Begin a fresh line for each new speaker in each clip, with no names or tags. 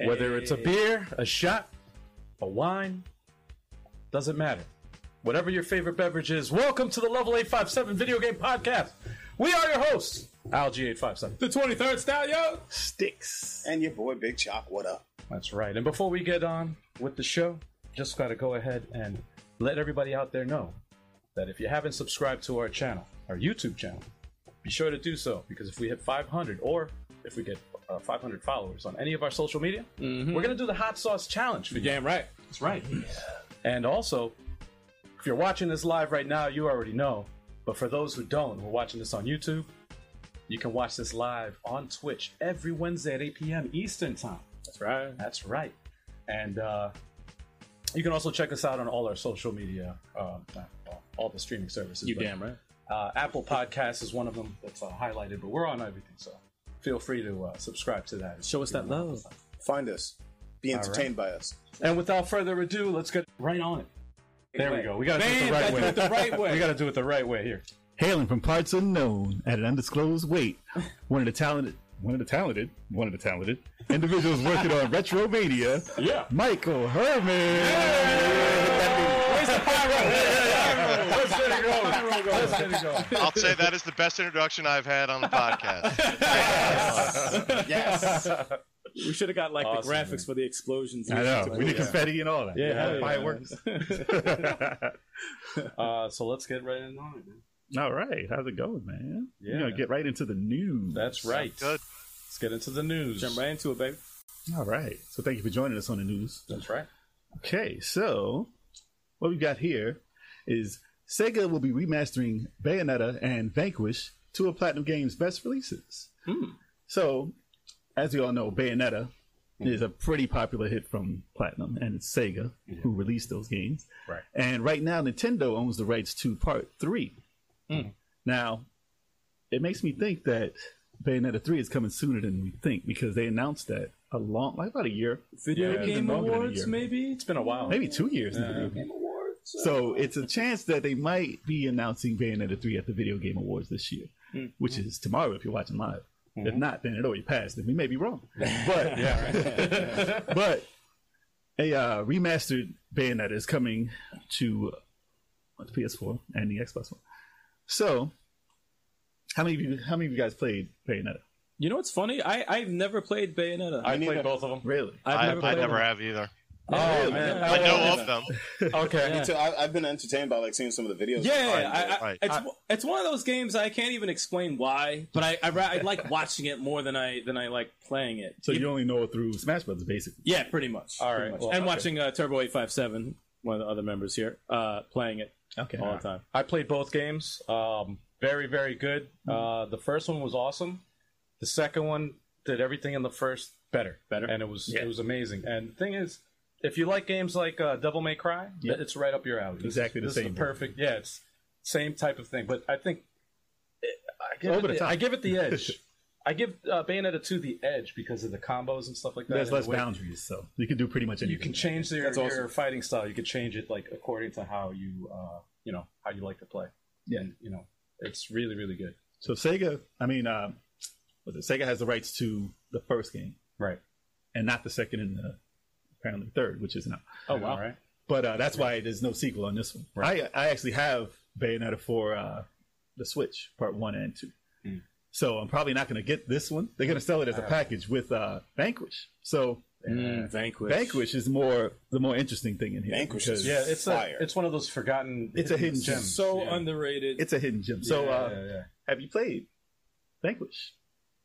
Whether it's a beer, a shot, a wine, doesn't matter. Whatever your favorite beverage is, welcome to the Level 857 Video Game Podcast. We are your hosts, Al G857.
The 23rd style, yo!
Sticks.
And your boy Big Chop, what up?
That's right. And before we get on with the show, just got to go ahead and let everybody out there know that if you haven't subscribed to our channel, our YouTube channel, be sure to do so because if we hit 500 or if we get uh, 500 followers on any of our social media, we're going to do the hot sauce challenge for you.
Mm-hmm. Damn right.
That's right. And also, if you're watching this live right now, you already know. But for those who don't, we're watching this on YouTube. You can watch this live on Twitch every Wednesday at 8 p.m. Eastern Time.
That's right.
That's right. And uh, you can also check us out on all our social media, um, not all, all the streaming services.
You
but,
damn right.
Uh, Apple Podcasts is one of them that's uh, highlighted, but we're on everything. So feel free to uh, subscribe to that.
Show us that love.
Find us. Be entertained by us.
And without further ado, let's get right on it. There we go. We got to do it the
Man,
right
gotta do
way.
it the right way.
we got to do it the right way here.
Hailing from parts unknown at an undisclosed weight, one of the talented, one of the talented, one of the talented individuals working on Retromania,
Yeah.
Michael Herman.
Where's the pyro?
Let's let it go. Let's let it go.
I'll say that is the best introduction I've had on the podcast.
Yes.
we should have got like
Awesome,
the
man.
graphics for the explosions.
I know. We need
Yeah.
confetti and all that.
Yeah, hell yeah,
fireworks.
Uh, so let's get right in on it, man.
all right. How's it going, man?
Yeah.
We're gonna get right into the news.
That's right.
Good.
Let's get into the news.
Jump right into it, baby.
all right. So thank you for joining us on the news.
That's right.
Okay, so what we've got here is Sega will be remastering Bayonetta and Vanquish, two of Platinum Games' best releases. So, as we all know, Bayonetta is a pretty popular hit from Platinum, and it's Sega who released those games.
Right.
And right now, Nintendo owns the rights to Part 3. Now, it makes me think that Bayonetta 3 is coming sooner than we think because they announced that a long, like about a year
Video
Yeah,
Game
longer than a
Awards,
year.
maybe?
It's been a while.
maybe two years
Uh,
now. So it's a chance that they might be announcing Bayonetta 3 at the Video Game Awards this year,
Hmm.
which is tomorrow if you're watching live. If not, then it already passed, and we may be wrong. But but a uh, remastered Bayonetta is coming to uh, the PS4 and the Xbox One. So how many of you how many of you guys played Bayonetta?
You know what's funny? I, I've never played Bayonetta.
I
I've,
played both of them.
Really?
I,
never
I
played
never
them.
have either.
Oh man.
I know
yeah.
of them.
Okay.
Yeah.
So I, I've been entertained by like seeing some of the videos.
Yeah,
Right,
I, I,
right.
It's, it's one of those games I can't even explain why, but I, I, ra- I like watching it more than I than I like playing it.
So you only know it through Smash Brothers, basically.
Yeah, pretty much.
All
pretty
right,
much.
well,
and
okay.
watching uh, Turbo Eight Five Seven, one of the other members here, uh, playing it
Okay.
all the time.
I played both games. Um, very, very good. Uh, the first one was awesome. The second one did everything in the first better,
Better.
and it was
Yeah.
it was amazing. And the thing is, if you like games like uh, Devil May Cry, th-
Yeah.
it's right up your alley. This is-
Exactly the
this
same.
Is the perfect. Yeah, it's same type of thing. But I think it- I give,
Over
it,
the
the,
top.
I give it the edge. I give uh, Bayonetta two the edge because of the combos and stuff like that.
There's
and the
less
way-
boundaries, so you can do pretty much anything.
you can change your,
That's awesome.
your fighting style. You can change it like according to how you uh, you know how you like to play.
Yeah.
and, you know it's really really good.
So Sega, I mean, uh, was it Sega has the rights to the first game
Right.
and not the second and the apparently third, which is not.
Oh wow!
All right.
But uh, that's why there's no sequel on this one. I I actually have Bayonetta for uh, the Switch, Part One and Two.
Mm.
So I'm probably not going to get this one. They're going to sell it as a package with uh, Vanquish. So
Mm, Vanquish.
Vanquish is more the more interesting thing in here.
Vanquish
because
is-
Yeah, it's
Fire.
a, it's one of those forgotten.
It's a hidden gem.
So
Yeah.
underrated.
it's a hidden gem. So
Yeah,
uh,
yeah, yeah.
have you played Vanquish?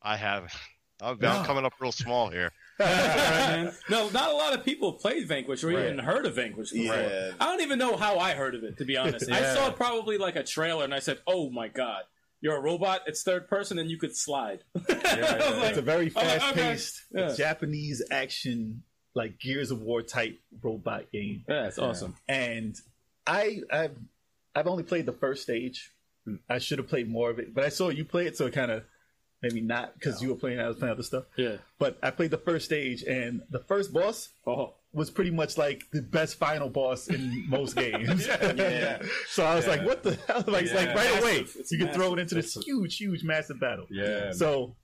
I have. I'm, I'm coming up real small here.
man. No, not a lot of people played Vanquish or even heard of Vanquish before.
Yeah.
I don't even know how I heard of it, to be honest. I
Yeah.
saw probably like a trailer and I said, "Oh my god, you're a robot. It's third person and you could slide." I was
yeah.
like,
It's a very
I'm like,
fast paced
okay. Yeah.
Japanese action, like Gears of War type robot game.
"Yeah, it's awesome."
And I, I've, I've only played the first stage. I should have played more of it, but I saw you play it, so it kind of maybe not because you were playing. I was playing other stuff,
Yeah.
but I played the first stage, and the first boss
Oh,
was pretty much like the best final boss in most games. So I was like, what the hell? Like, it's like
Yeah.
right away,
Massive. It's
you get thrown into this
It's a-
huge, huge, massive battle.
Yeah.
So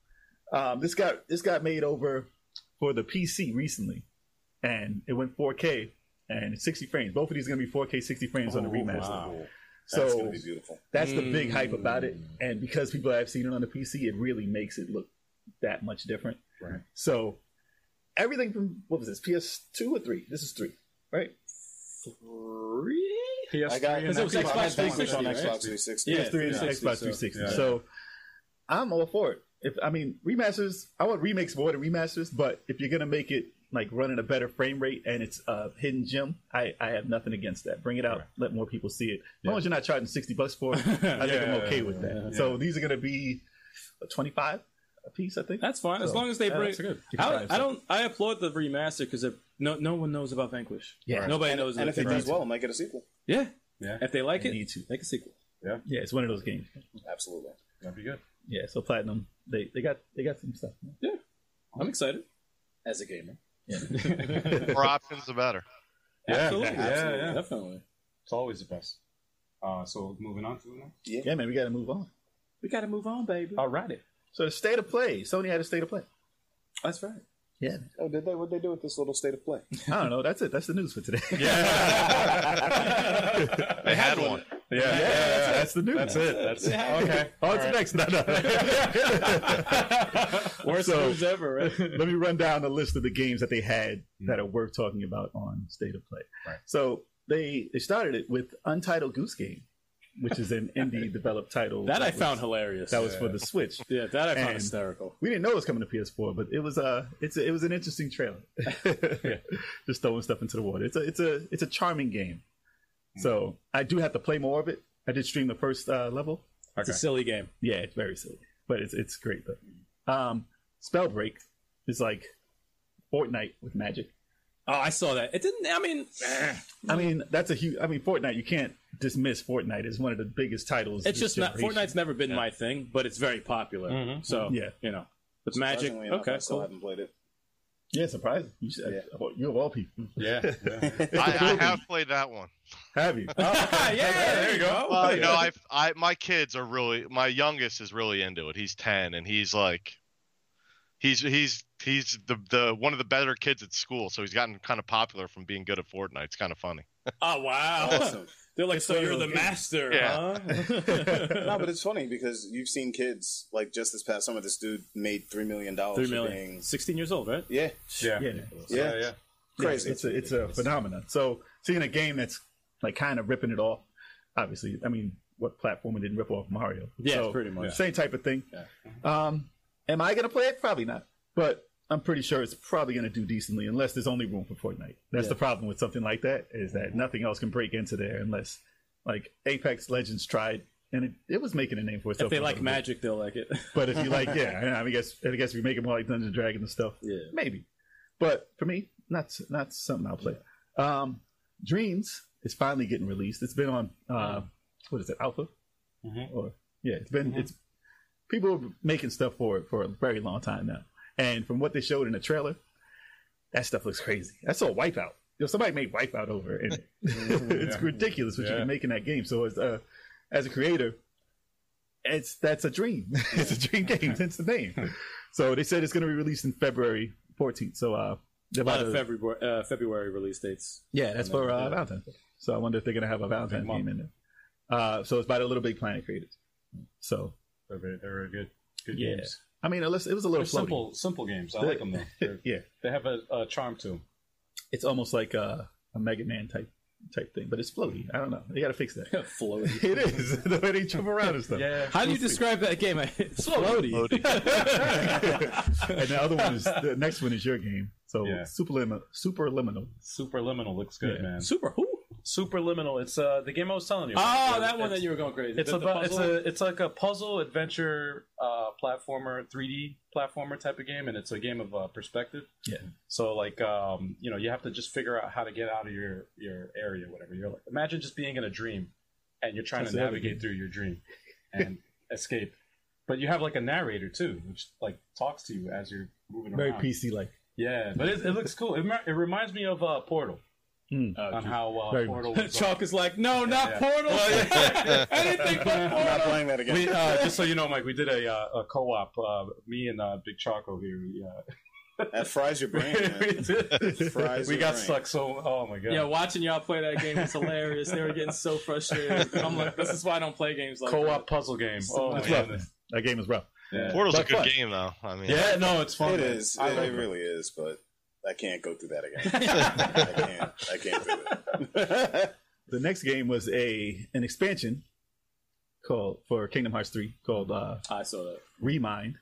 um, this got this got made over for the PC recently, and it went 4K and 60 frames. Both of these are gonna be 4K 60 frames
Oh,
on the remaster.
Oh, That's
So
gonna be Mm. beautiful.
that's the big hype about it. And because people have seen it on the PC, it really makes it look that much different.
Right.
So everything from what was this PS2 or three? This is three, right?
Three?
PS3
I got
and
Because it was
Xbox.
Xbox
I had
360,
on
right?
Xbox 360.
Yeah.
PS3 and
360,
Xbox
so-
360.
yeah.
So I'm all for it. If I mean remasters, I want remakes more than remasters. But if you're gonna make it like run at a better frame rate and it's a hidden gem, I, I have nothing against that. Bring it out, let more people see it. As long as you're not charging sixty bucks for it, I think I'm okay with that. So these are gonna be twenty five a piece, I think.
That's fine. As
So,
long as they
yeah,
bring.
that's good.
I, I don't. I applaud the remaster because no, no one knows about Vanquish.
Yeah. Right.
Nobody
And,
knows.
and
about
if it
Vanquish.
does well, I might get a sequel.
yeah.
Yeah.
If they like
They
it,
need to.
make a sequel.
Yeah, it's one of those games.
Absolutely.
That'd be good.
Yeah, so platinum, they they got they got some stuff.
I'm excited. As a gamer.
The more options, the better.
Yeah,
absolutely.
yeah,
absolutely.
yeah.
Definitely.
It's always the best. Uh, so moving on to the next.
Yeah, man, we got to move on.
We got to move on, baby.
All right.
So the state of play, Sony had a state of play.
That's right.
Yeah,
Oh, did they? What they do with this little state of play?
I don't know. That's it. That's the news for today. Yeah,
They had one.
Yeah, yeah,
that's the news.
That's it. That's it. Okay.
Oh, it's next. No, no.
Worst
So-
news ever. Right?
Let me run down the list of the games that they had that are worth talking about on State of Play.
Mm-hmm. Right.
So they they started it with Untitled Goose Game, which is an indie developed title
that I
was-
found hilarious.
that was for the Switch.
yeah. That I found
and-
hysterical.
We didn't know it was coming to PS4, but it was uh it's a, it was an interesting trailer. Just throwing stuff into the water. It's a it's a it's a charming game. So I do have to play more of it. I did stream the first uh, level.
It's a silly game.
Yeah, it's very silly, but it's it's great though. Um, Spellbreak is like Fortnite with magic.
Oh, I saw that. It didn't. I mean,
I
Mm.
mean, that's a huge. I mean, Fortnite. You can't dismiss Fortnite. It's one of the biggest titles.
it's
this
just not.
generation.
Fortnite's never been my thing, but it's very popular. So
Yeah.
you know, with magic.
Surprisingly enough,
Okay,
I still
cool.
haven't played it.
Yeah, surprising. You, should, you of all people
Yeah. yeah.
I, I have played that one.
have you?
yeah, there you go.
Well, you know, I, I, my kids are really, my youngest is really into it. He's ten, and he's like, he's he's he's the the one of the better kids at school. So he's gotten kind of popular from being good at Fortnite. It's kind of funny.
Oh wow!
Awesome.
They're like, so
one of
you're
those
the
games.
master,
Yeah.
huh?
no, but it's funny because you've seen kids like just this past summer. This dude made three million dollars.
Three
for
million.
being-
Sixteen years old, right?
yeah,
Yeah.
yeah,
Yeah. Yeah.
crazy.
Yeah, it's a it's a phenomenon. So seeing a game that's like kind of ripping it off, obviously. I mean, what platformer didn't rip off Mario?
Yeah,
So,
pretty much.
same type of thing. Um, am I gonna play it? Probably not, but I'm pretty sure it's probably gonna do decently unless there's only room for Fortnite. That's the problem with something like that is that nothing else can break into there unless like Apex Legends tried. And it, it was making a name for itself.
If they
for a
like
little bit.
magic, they'll like it.
But if you like, yeah, I mean, I guess I guess if you make it more like Dungeons and Dragons and stuff,
Yeah.
maybe. But for me, not not something I'll play. Um, Dreams is finally getting released. It's been on uh, what is it, Alpha?
Mhm.
Or yeah, it's
Mm-hmm.
been it's people are making stuff for it for a very long time now. And from what they showed in the trailer, that stuff looks crazy. I saw Wipeout. Yo, somebody made Wipeout over in it. it's ridiculous what you
Yeah.
can make in that game. So as a as a creator, it's that's a dream. it's a dream game. That's the name. So they said it's going to be released in February 14th. So uh, they're
A lot
about
of
to-
February uh, February release dates.
yeah, that's for uh, Valentine's. Day. So I wonder if they're going to have a Valentine's
month.
game in there. Uh, so it's by the Little Big Planet creators. So
They're very, they're very good. Good
Yeah.
games.
I mean, unless it was a little
They're simple,
floaty.
simple games. I like them though. They're-
Yeah,
They have a, a charm to them.
it's almost like a, a Mega Man type type thing, but it's floaty. I don't know. They got to fix that.
Floaty.
it is the way they jump around and stuff.
Yeah.
How do you describe that game? It's floaty.
and the other one is the next one is your game. So
Yeah.
superliminal, superliminal.
Superliminal looks good,
Yeah.
man.
Super who?
Superliminal. It's uh the game I was telling you. about.
Oh,
It's-
that one that you were going crazy.
It's
The-
a
the
bu- it's
puzzle?
a it's like a puzzle adventure uh, platformer, 3D platformer type of game, and it's a game of uh, perspective.
Yeah.
So like um, you know you have to just figure out how to get out of your your area, whatever. You're like imagine just being in a dream, and you're trying
That's
to
the other
navigate
game.
through your dream and escape. But you have like a narrator too, which like talks to you as you're moving
Very
around.
PC like.
Yeah, but it, it looks cool. It, remi- it reminds me of uh, Portal
Mm.
on how uh,
Very
Portal was.
Chalk is like, no, not
yeah.
Portal. Anything but
I'm not
Portal.
playing that again.
we, uh, just so you know, Mike, we did a, uh, a co-op. Uh, me and uh, Big Choco here. We, uh,
that fries your brain.
we,
Man.
did-
Fries
we
your
got
brain.
stuck so. Oh my god.
Yeah, watching y'all play that game was hilarious. they were getting so frustrated. I'm like, this is why I don't play games like
co-op
that.
puzzle game. Oh my
It's rough.
goodness.
That game is rough.
Yeah.
Portal's a
But
good
fun.
game though. I mean,
Yeah, no, it's fun.
It
man.
is.
I
It,
like
it
it.
really is, but I can't go through that again. I can't. I can't do it.
The next game was a an expansion called for Kingdom Hearts three called uh,
I saw that.
Remind.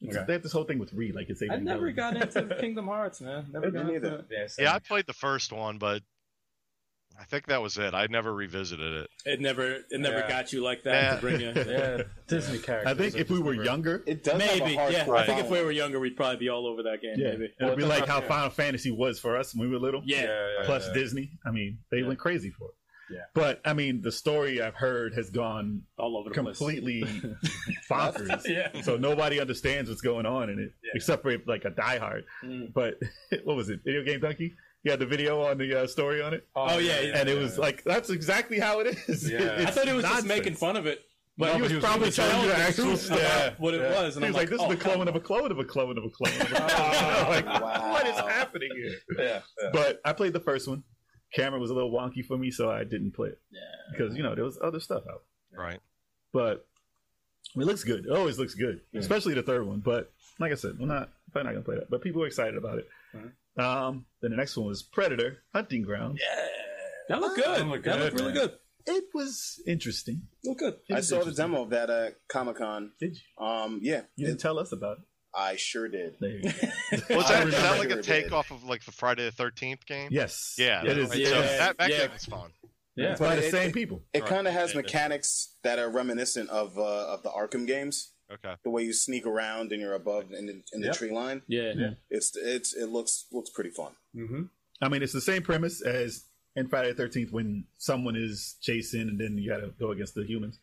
It's-
Okay.
They have this whole thing with re, like it's
I never got into Kingdom Hearts, man. Never
Me
got into
neither.
it.
Yeah, so-
yeah. I played the first one, but I think that was it. I never revisited it.
It never, it never
Yeah.
got you like that
Yeah.
to bring you.
yeah, Disney characters.
I think
are
if we
just
were
never-
younger,
It does
Maybe,
have a
yeah.
hardcore
I think if we
following.
were younger, we'd probably be all over that game.
yeah,
Maybe.
it'd be
Well,
like how
yeah.
Final Fantasy was for us when we were little.
Yeah.
yeah,
plus
yeah.
Disney. I mean, they
Yeah.
went crazy for it.
Yeah.
But I mean, the story I've heard has gone
all over the place.
completely bonkers.
Yeah.
So nobody understands what's going on in it,
Yeah.
except for like a diehard.
Mm.
But what was it? Video game donkey. You had the video on the uh, story on it,
Oh, yeah, yeah.
and it was like that's exactly how it is.
Yeah.
It-
I thought it was
nonsense.
just making fun of it,
No,
but
he was probably
telling
telling you the
the
actual
truth
stuff.
about what it
Yeah.
was,
He
and
was
I'm
like,
like,
"This
oh,
is the clone of a clone of a clone of a clone." Of a clone. Like,
Wow.
What is happening here?
yeah, yeah.
But I played the first one. Camera was a little wonky for me, so I didn't play it
yeah.
because you know there was other stuff out.
Right.
but it looks good. It always looks good,
Yeah.
especially the third one. But like I said, we're not probably not gonna play that. But people are excited about it.
Mhm.
Um, then the next one was Predator Hunting Ground.
that looked
That
good.
looked
That looked
good,
really
man.
good.
It was interesting.
Looked good.
It
I
was
saw the
interesting.
demo of that at Comic Con.
Did you?
Um, yeah,
You didn't
it-
tell us about it.
I sure did.
There you go.
Was
I
that, is
remember
that like
you
a
did.
takeoff of like the Friday the Thirteenth game?
yes.
Yeah,
It is.
that's
yeah,
right. So that, that
yeah.
game was fun.
It's by
But
the
it-
same people.
It
Right.
kind of has
Yeah, yeah.
mechanics that are reminiscent of uh, of the Arkham games.
Okay.
The way you sneak around and you're above in the, in the
Yep.
tree line.
Yeah.
Yeah.
It's it's it looks looks pretty fun.
Mm-hmm.
I mean, it's the same premise as in Friday the Thirteenth when someone is chasing and then you got to go against the humans.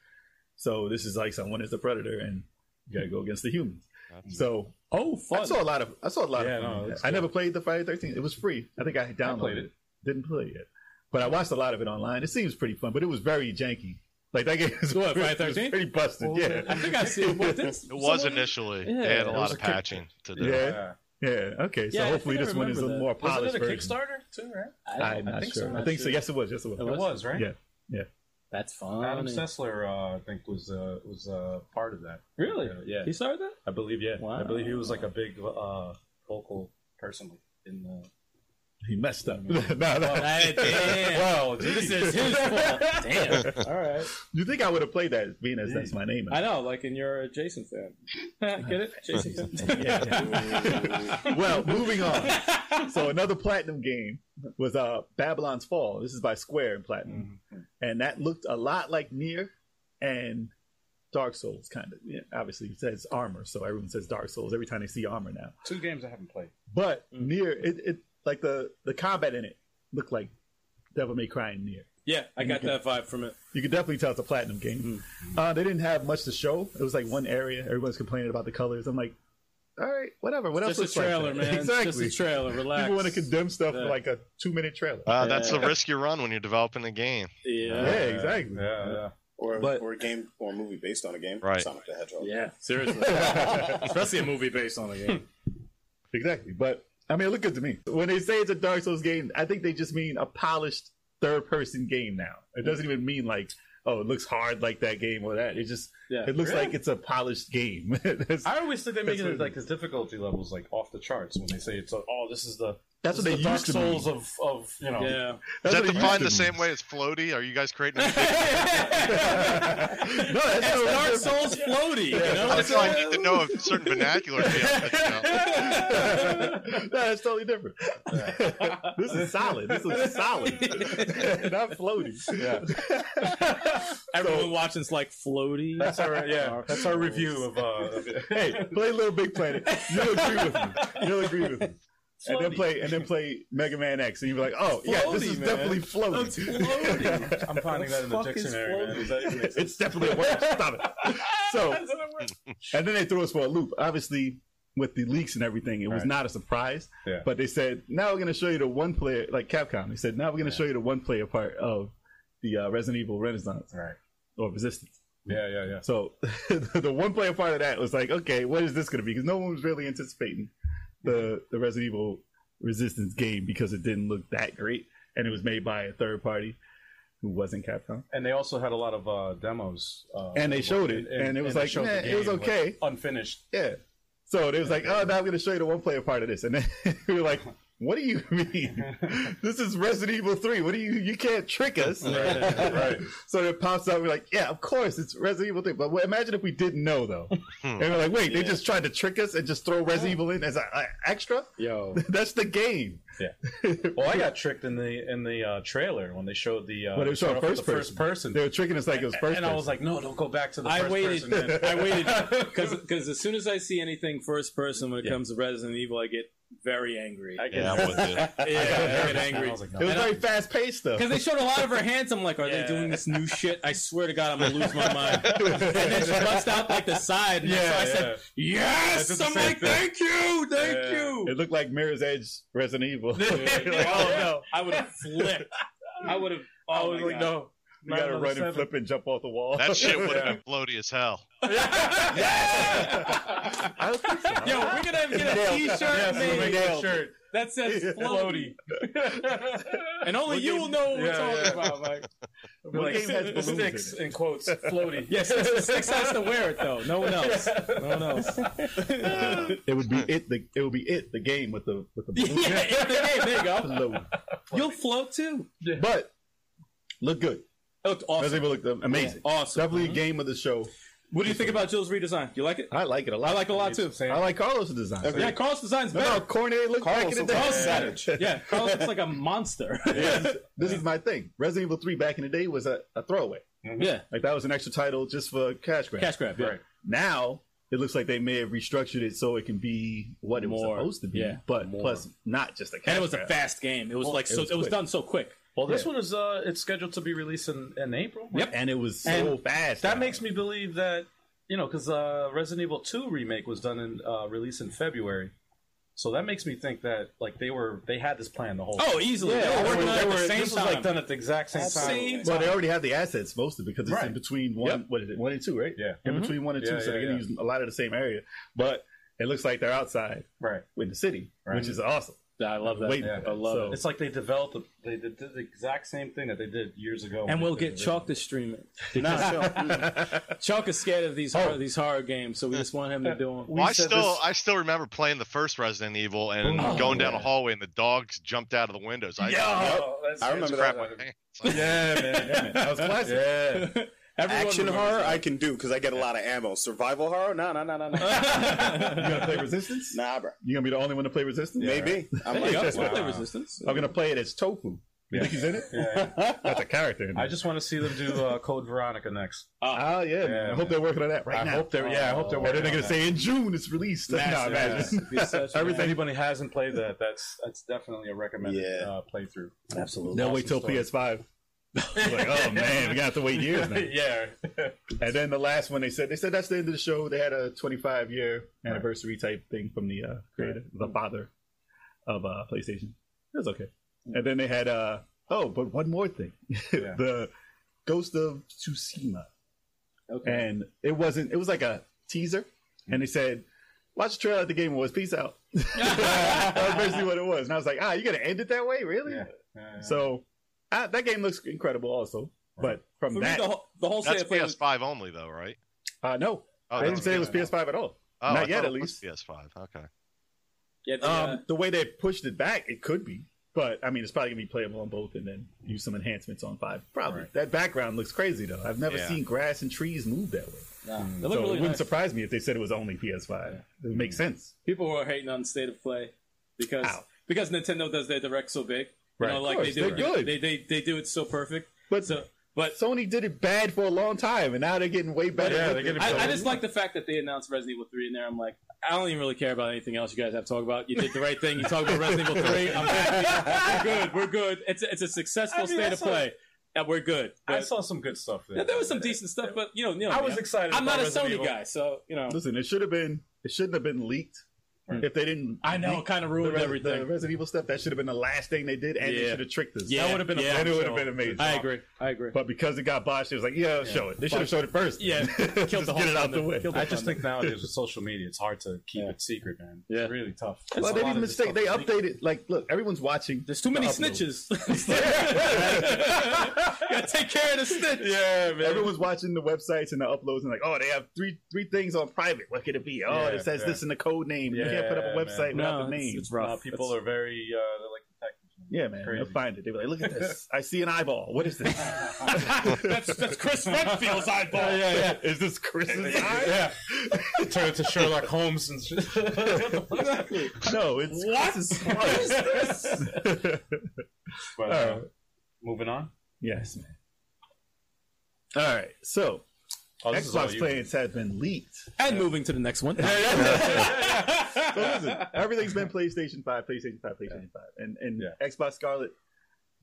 So this is like someone is the predator and you got to go against the humans.
That's-
So
Oh, fun.
I saw a lot of I saw a lot
Yeah,
of. fun
no,
in that.
it's
I
good.
never played the Friday Thirteenth. It was free. I think I had downloaded
I played
it.
it.
Didn't play it yet, but I watched a lot of it online. It seems pretty fun, but it was very janky. Like that game is
What,
pretty-
Friday
it was
13th?
Pretty busted.
What was
yeah,
I think I see it. What, this,
It was
someone-
initially.
Yeah,
they had a
it
lot
was
of
a kick-
patching to do.
yeah,
Yeah.
yeah. Okay, so
Yeah, I
hopefully
think I
this one is a
remember that.
more
Wasn't it
polished
a
version.
Kickstarter too, right?
I'm not
think so,
sure.
I'm
I
not
think so.
sure.
Yes, it was. Yes, it was.
It
It was, right?
Yeah.
That's
Adam
fun.
Sessler, uh, I think, was uh, was uh, part of that.
Really?
Uh, yeah,
He started that?
I believe. Yeah,
Wow.
I believe he was like a big uh, vocal person in the.
He messed up. no, no.
Wow,
This is his fault. Damn.
all right.
You think I would have played that? Being as that's my name.
I know, like, and you're a Jason fan. Get it? Jason fan.
well, moving on. So another platinum game was uh, Babylon's Fall. This is by Square and Platinum, and that looked a lot like Nier and Dark Souls, kind of. Yeah, obviously, it says armor, so everyone says Dark Souls every time they see armor now.
Two games I haven't played.
But Nier, it, it like the the combat in it looked like Devil May Cry and Nier.
Yeah, I got that vibe from it.
You could definitely tell it's a platinum game. Uh, they didn't have much to show. It was like one area. Everyone's complaining about the colors. I'm like, all right, whatever. What
Just a
else? looks like
trailer,
that?
man.
Exactly.
Just a trailer. Relax.
People want to condemn stuff
Yeah.
for like a two minute trailer.
Uh, that's the risk you run when you're developing a game.
Yeah,
yeah.
exactly.
Yeah, yeah.
Or
But-
or a game or a movie based on a game.
Right.
Sonic the Hedgehog.
Yeah, seriously. Especially a movie based on a game.
Exactly. But I mean, it looked good to me. When they say it's a Dark Souls game, I think they just mean a polished third person game now. It doesn't even mean like, oh, it looks hard like that game or that. It just,
Yeah.
it looks
Really?
like it's a polished game. that's
I always think they make
That's
it
what-
like his difficulty levels like off the charts when they say it's uh, oh this is the
that's what
this
they
is the Dark
used to
Souls
mean.
of of you know
Yeah.
Is
That's what
that
they
defined the
used to
same
mean.
way as floaty? Are you guys creating? A
no, that's
It's
no
Dark Souls floaty, you know?
that's why I need to know a certain vernacular. To be able to know.
no, that's totally different. this is solid. This is solid. Not floaty.
Everyone watching's like floaty.
that's our yeah that's our review of uh of-
Hey, play Little Big Planet. You'll agree with me. You'll agree with me. And then
Floaty.
play and then play Mega Man X, and you'll be like, "Oh, yeah, this
Floaty,
is
man.
definitely
That's
floaty.
floaty.
I'm finding that in the
Fuck is
dictionary man. Is that even exist?
It's definitely a word. Stop it." So,
That's what I'm-
and then they threw us for a loop. Obviously, with the leaks and everything, it was
Right.
not a surprise.
Yeah.
But they said now we're going to show you the one player like Capcom. They said now we're going to show you the one player part of the uh, Resident Evil Renaissance
Right.
or Resistance.
Yeah, yeah, yeah.
So the one player part of that was like, okay, what is this going to be? Because no one was really anticipating the the Resident Evil Resistance game because it didn't look that great, and it was made by a third party who wasn't Capcom.
And they also had a lot of uh, demos. Uh,
And they showed it, and it was
they
like,
showed the
"Nah, it was
game, like,
okay."
unfinished.
Yeah. So it was like, oh, now I'm going to show you the one player part of this, and then we were like, what do you mean? this is Resident Evil Three. What do you? You can't trick us.
right.
So it pops up. We're like, yeah, of course, it's Resident Evil 3. But w- imagine if we didn't know, though. and we're like, wait, they just tried to trick us and just throw Resident Evil in as an extra?
Yo.
That's the game.
Well, I got tricked in the in the uh, trailer when they showed the uh,
When they showed
showed off
first
the first person.
They were tricking us like it was first
and I was like, no, don't go back to the
I
first
waited.
person. man.
I waited because as soon as I see anything first person when it comes to Resident Evil, I get very angry.
I
Yeah, I'm with you.
yeah, I get angry.
I was like,
it was
no.
And I-
very fast paced, though.
Because they showed a lot of her hands, I'm like, are
Yeah.
they doing this new shit? I swear to God, I'm gonna lose my mind. and then she bust out like the side, and
Yeah,
yeah, so I
yeah.
said,
I did
yes.
the
I'm
same
like,
thing.
thank you, thank
Yeah.
you.
It looked like Mirror's Edge Resident Evil.
oh no, I would have flipped. I would have. Oh,
I was
my
like,
God.
no.
you gotta
Nine
run
seven.
and flip and jump off the wall.
That shit would have been bloaty as hell.
I don't think so.
Yo, we're gonna get a T-shirt
Yes, we'll make
made
a shirt.
that says floaty, and only
What
you
game-
will know what we're
Yeah,
talking
yeah.
about. Like,
What
Like,
game has balloons in it?
sticks in quotes, floaty.
yes, Six has to wear it though. No one else. No one else.
It would be it. The, it would be it. The game with the with the
yeah,
balloon.
it's the game. There you go.
Load.
You'll float too.
but look good.
Looked awesome.
Resident Evil looked amazing.
Awesome. Mm-hmm.
Definitely a game of the show.
What do you think about Jill's redesign? You like it?
I like it a lot.
I like it a lot too.
I like Carlos' design.
Okay.
Yeah, Carl's design's
Remember how
better.
corny it looked back in the
Carlos
day?
looks
Carl's savage. Yeah, Carl looks like a monster.
This is- This is my thing. Resident Evil 3 back in the day was a, a throwaway.
yeah,
Like that was an extra title just for cash grab.
cash grab. Yeah.
Right.
Now it looks like they may have restructured it so it can be what it
More.
was supposed to be,
Yeah.
but
More.
plus not just a cash
And it was a
grab.
fast game. It was like
it
so.
was
It was
quick.
done so quick.
Well, this
Yeah.
one is uh, it's scheduled to be released in, in April. right?
And it was so
And
fast.
That makes me believe that you know because uh, Resident Evil Two remake was done in uh, released in February, so that makes me think that like they were they had this plan the whole. time.
Oh, easily.
Yeah,
they were working
they
on it at
were-
the same
this was like
time.
done at the exact same time.
Same
Well, they already have the assets mostly because it's
Right.
in between one,
Yep. Mm-hmm.
what is it, one and two, right?
Yeah.
in between one and two,
Yeah,
so they're
yeah,
gonna
yeah.
use a lot of the same area. But it looks like they're outside
Right.
in the city,
Right.
which is awesome.
I love that.
Waiting
yeah.
for
I
it.
love
So-
It's like they developed the, they did the exact same thing that they did years ago.
And we'll get Chalk to stream it. Because Chalk- Chalk is scared of these horror, these horror games, so we just want him to do them.
Well, I
said
still
this-
I still remember playing the first Resident Evil and going down a hallway and the dogs jumped out of the windows. I
Oh, that's,
I
I remember
crap
that.
my pants. Like,
Yeah, man, that was classic.
yeah.
Everyone
Action
remembers
horror, I can do because I get a lot of ammo. Survival horror, nah, nah, nah, nah, nah,
You gonna play Resistance?
nah, bro.
You gonna be the only one to play Resistance?
Maybe I'm
There you go.
like,
That's
wow.
the oh, resistance.
I'm gonna play it as Tofu. You think he's in it? That's a character. In
I
it.
just want to see them do uh, Code Veronica next.
oh yeah, man. I
Ah, man.
hope they're working on that right
I
now.
hope they're yeah. I hope they're.
Or they're
working
gonna
on
say in June it's released. No,
Massive.
imagine.
Be such a-
that. If anybody hasn't played that, that's that's definitely a recommended
Yeah.
uh, playthrough.
absolutely.
They'll wait till
story.
PS5. It's like, oh man, we got to have to wait years now.
yeah.
And then the last one they said they said that's the end of the show. They had a 25 year anniversary type thing from the uh, creator, the
Mm-hmm.
father of uh, PlayStation. It was okay. And then they had uh oh, but one more thing,
Mm-hmm. Yeah.
the Ghost of Tsushima. Okay. And it wasn't. It was like a teaser,
Mm-hmm.
and they said. Watch the trailer at the Game Awards. Peace out. that was basically what it was, and I was like, "Ah, you're gonna end it that way, really?"
Yeah. Uh,
So uh, that game looks incredible, also. But from
For me,
that,
the whole, the whole
That's
state of play was
PS5 only though, right?
uh, no,
Oh,
they
that's
didn't say it was
PS5.
PS5 at all.
Oh, I
Not yet,
thought
at
it was
least.
PS5. Okay.
Yeah, the, uh,
Um, the way they pushed it back, it could be, but I mean, it's probably gonna be playable on both, and then use some enhancements on five. Probably.
Right.
That background looks crazy though. I've never
Yeah.
seen grass and trees move that way.
nah, they
mm, So
look
it
really
wouldn't
nice.
surprise me if they said it was only PS5. It would make sense.
People were hating on state of play because
Ow.
because Nintendo does their direct so big. You
Right.
know,
Of
like
course,
they do
they're
it,
good.
They, they they do it so perfect.
But
So, but
Sony did it bad for a long time, and now they're getting way better.
yeah,
with
they're
it.
getting
I, I just like the fact that they announced Resident Evil 3 in there. I'm like, I don't even really care about anything else you guys have to talk about. You did the right thing. You talked about Resident Evil 3. I'm happy. We're good. We're good. It's a, it's a successful
I mean,
state
I
of
saw-
play. Yeah, we're good.
I
But-
saw some good stuff there.
yeah, there was some decent stuff, but you know, you know
I was
man.
excited.
I'm
about
not a
Resident
Sony
Evil.
guy, so you know.
Listen, it should have been. It shouldn't have been leaked If they didn't,
I know, it kind of ruined
the, Re-
everything.
The Resident Evil stuff that should have been the last thing they did, and they
Yeah.
should have tricked us.
Yeah, That would've been a yeah. fun
and it would have
show.
been amazing.
I agree. I agree.
But because it got botched, it was like, yeah, show it. They should have showed it first.
Yeah, killed
just
the whole
get it out
thunder.
the way.
Killed
I just think nowadays with social media, it's hard to keep it secret, man.
Yeah.
It's really tough. It's
Well,
a
they
lot
didn't
of this
mistake.
stuff
They
is leaked.
updated. Like, look, everyone's watching.
There's too many
the upload.
snitches. Gotta take care of the snitch. Yeah, man.
Everyone's watching the websites and the uploads and like, oh, they have three three things on private. What could it be? Oh,
Yeah,
it says
yeah.
this in the code name. you can't put up a
Yeah,
website
man.
without
No,
the name.
it's rough.
Uh, people are very uh, they're like detectives.
yeah, man.
Crazy.
They'll find it. They'll be like, look at this. I see an eyeball. What is this?
that's that's Chris Redfield's eyeball.
yeah, yeah.
is this Chris's eye?
yeah. Turn into Sherlock Holmes and shit. uh,
No, it's
What?
Chris's eyes.
But, uh, moving on.
yes, man. All right, so
Oh, this is all
Xbox
you.
plans have been leaked.
And moving to the next one.
So listen, everything's been PlayStation Five, PlayStation Five, PlayStation Five, and and
Yeah.
Xbox Scarlet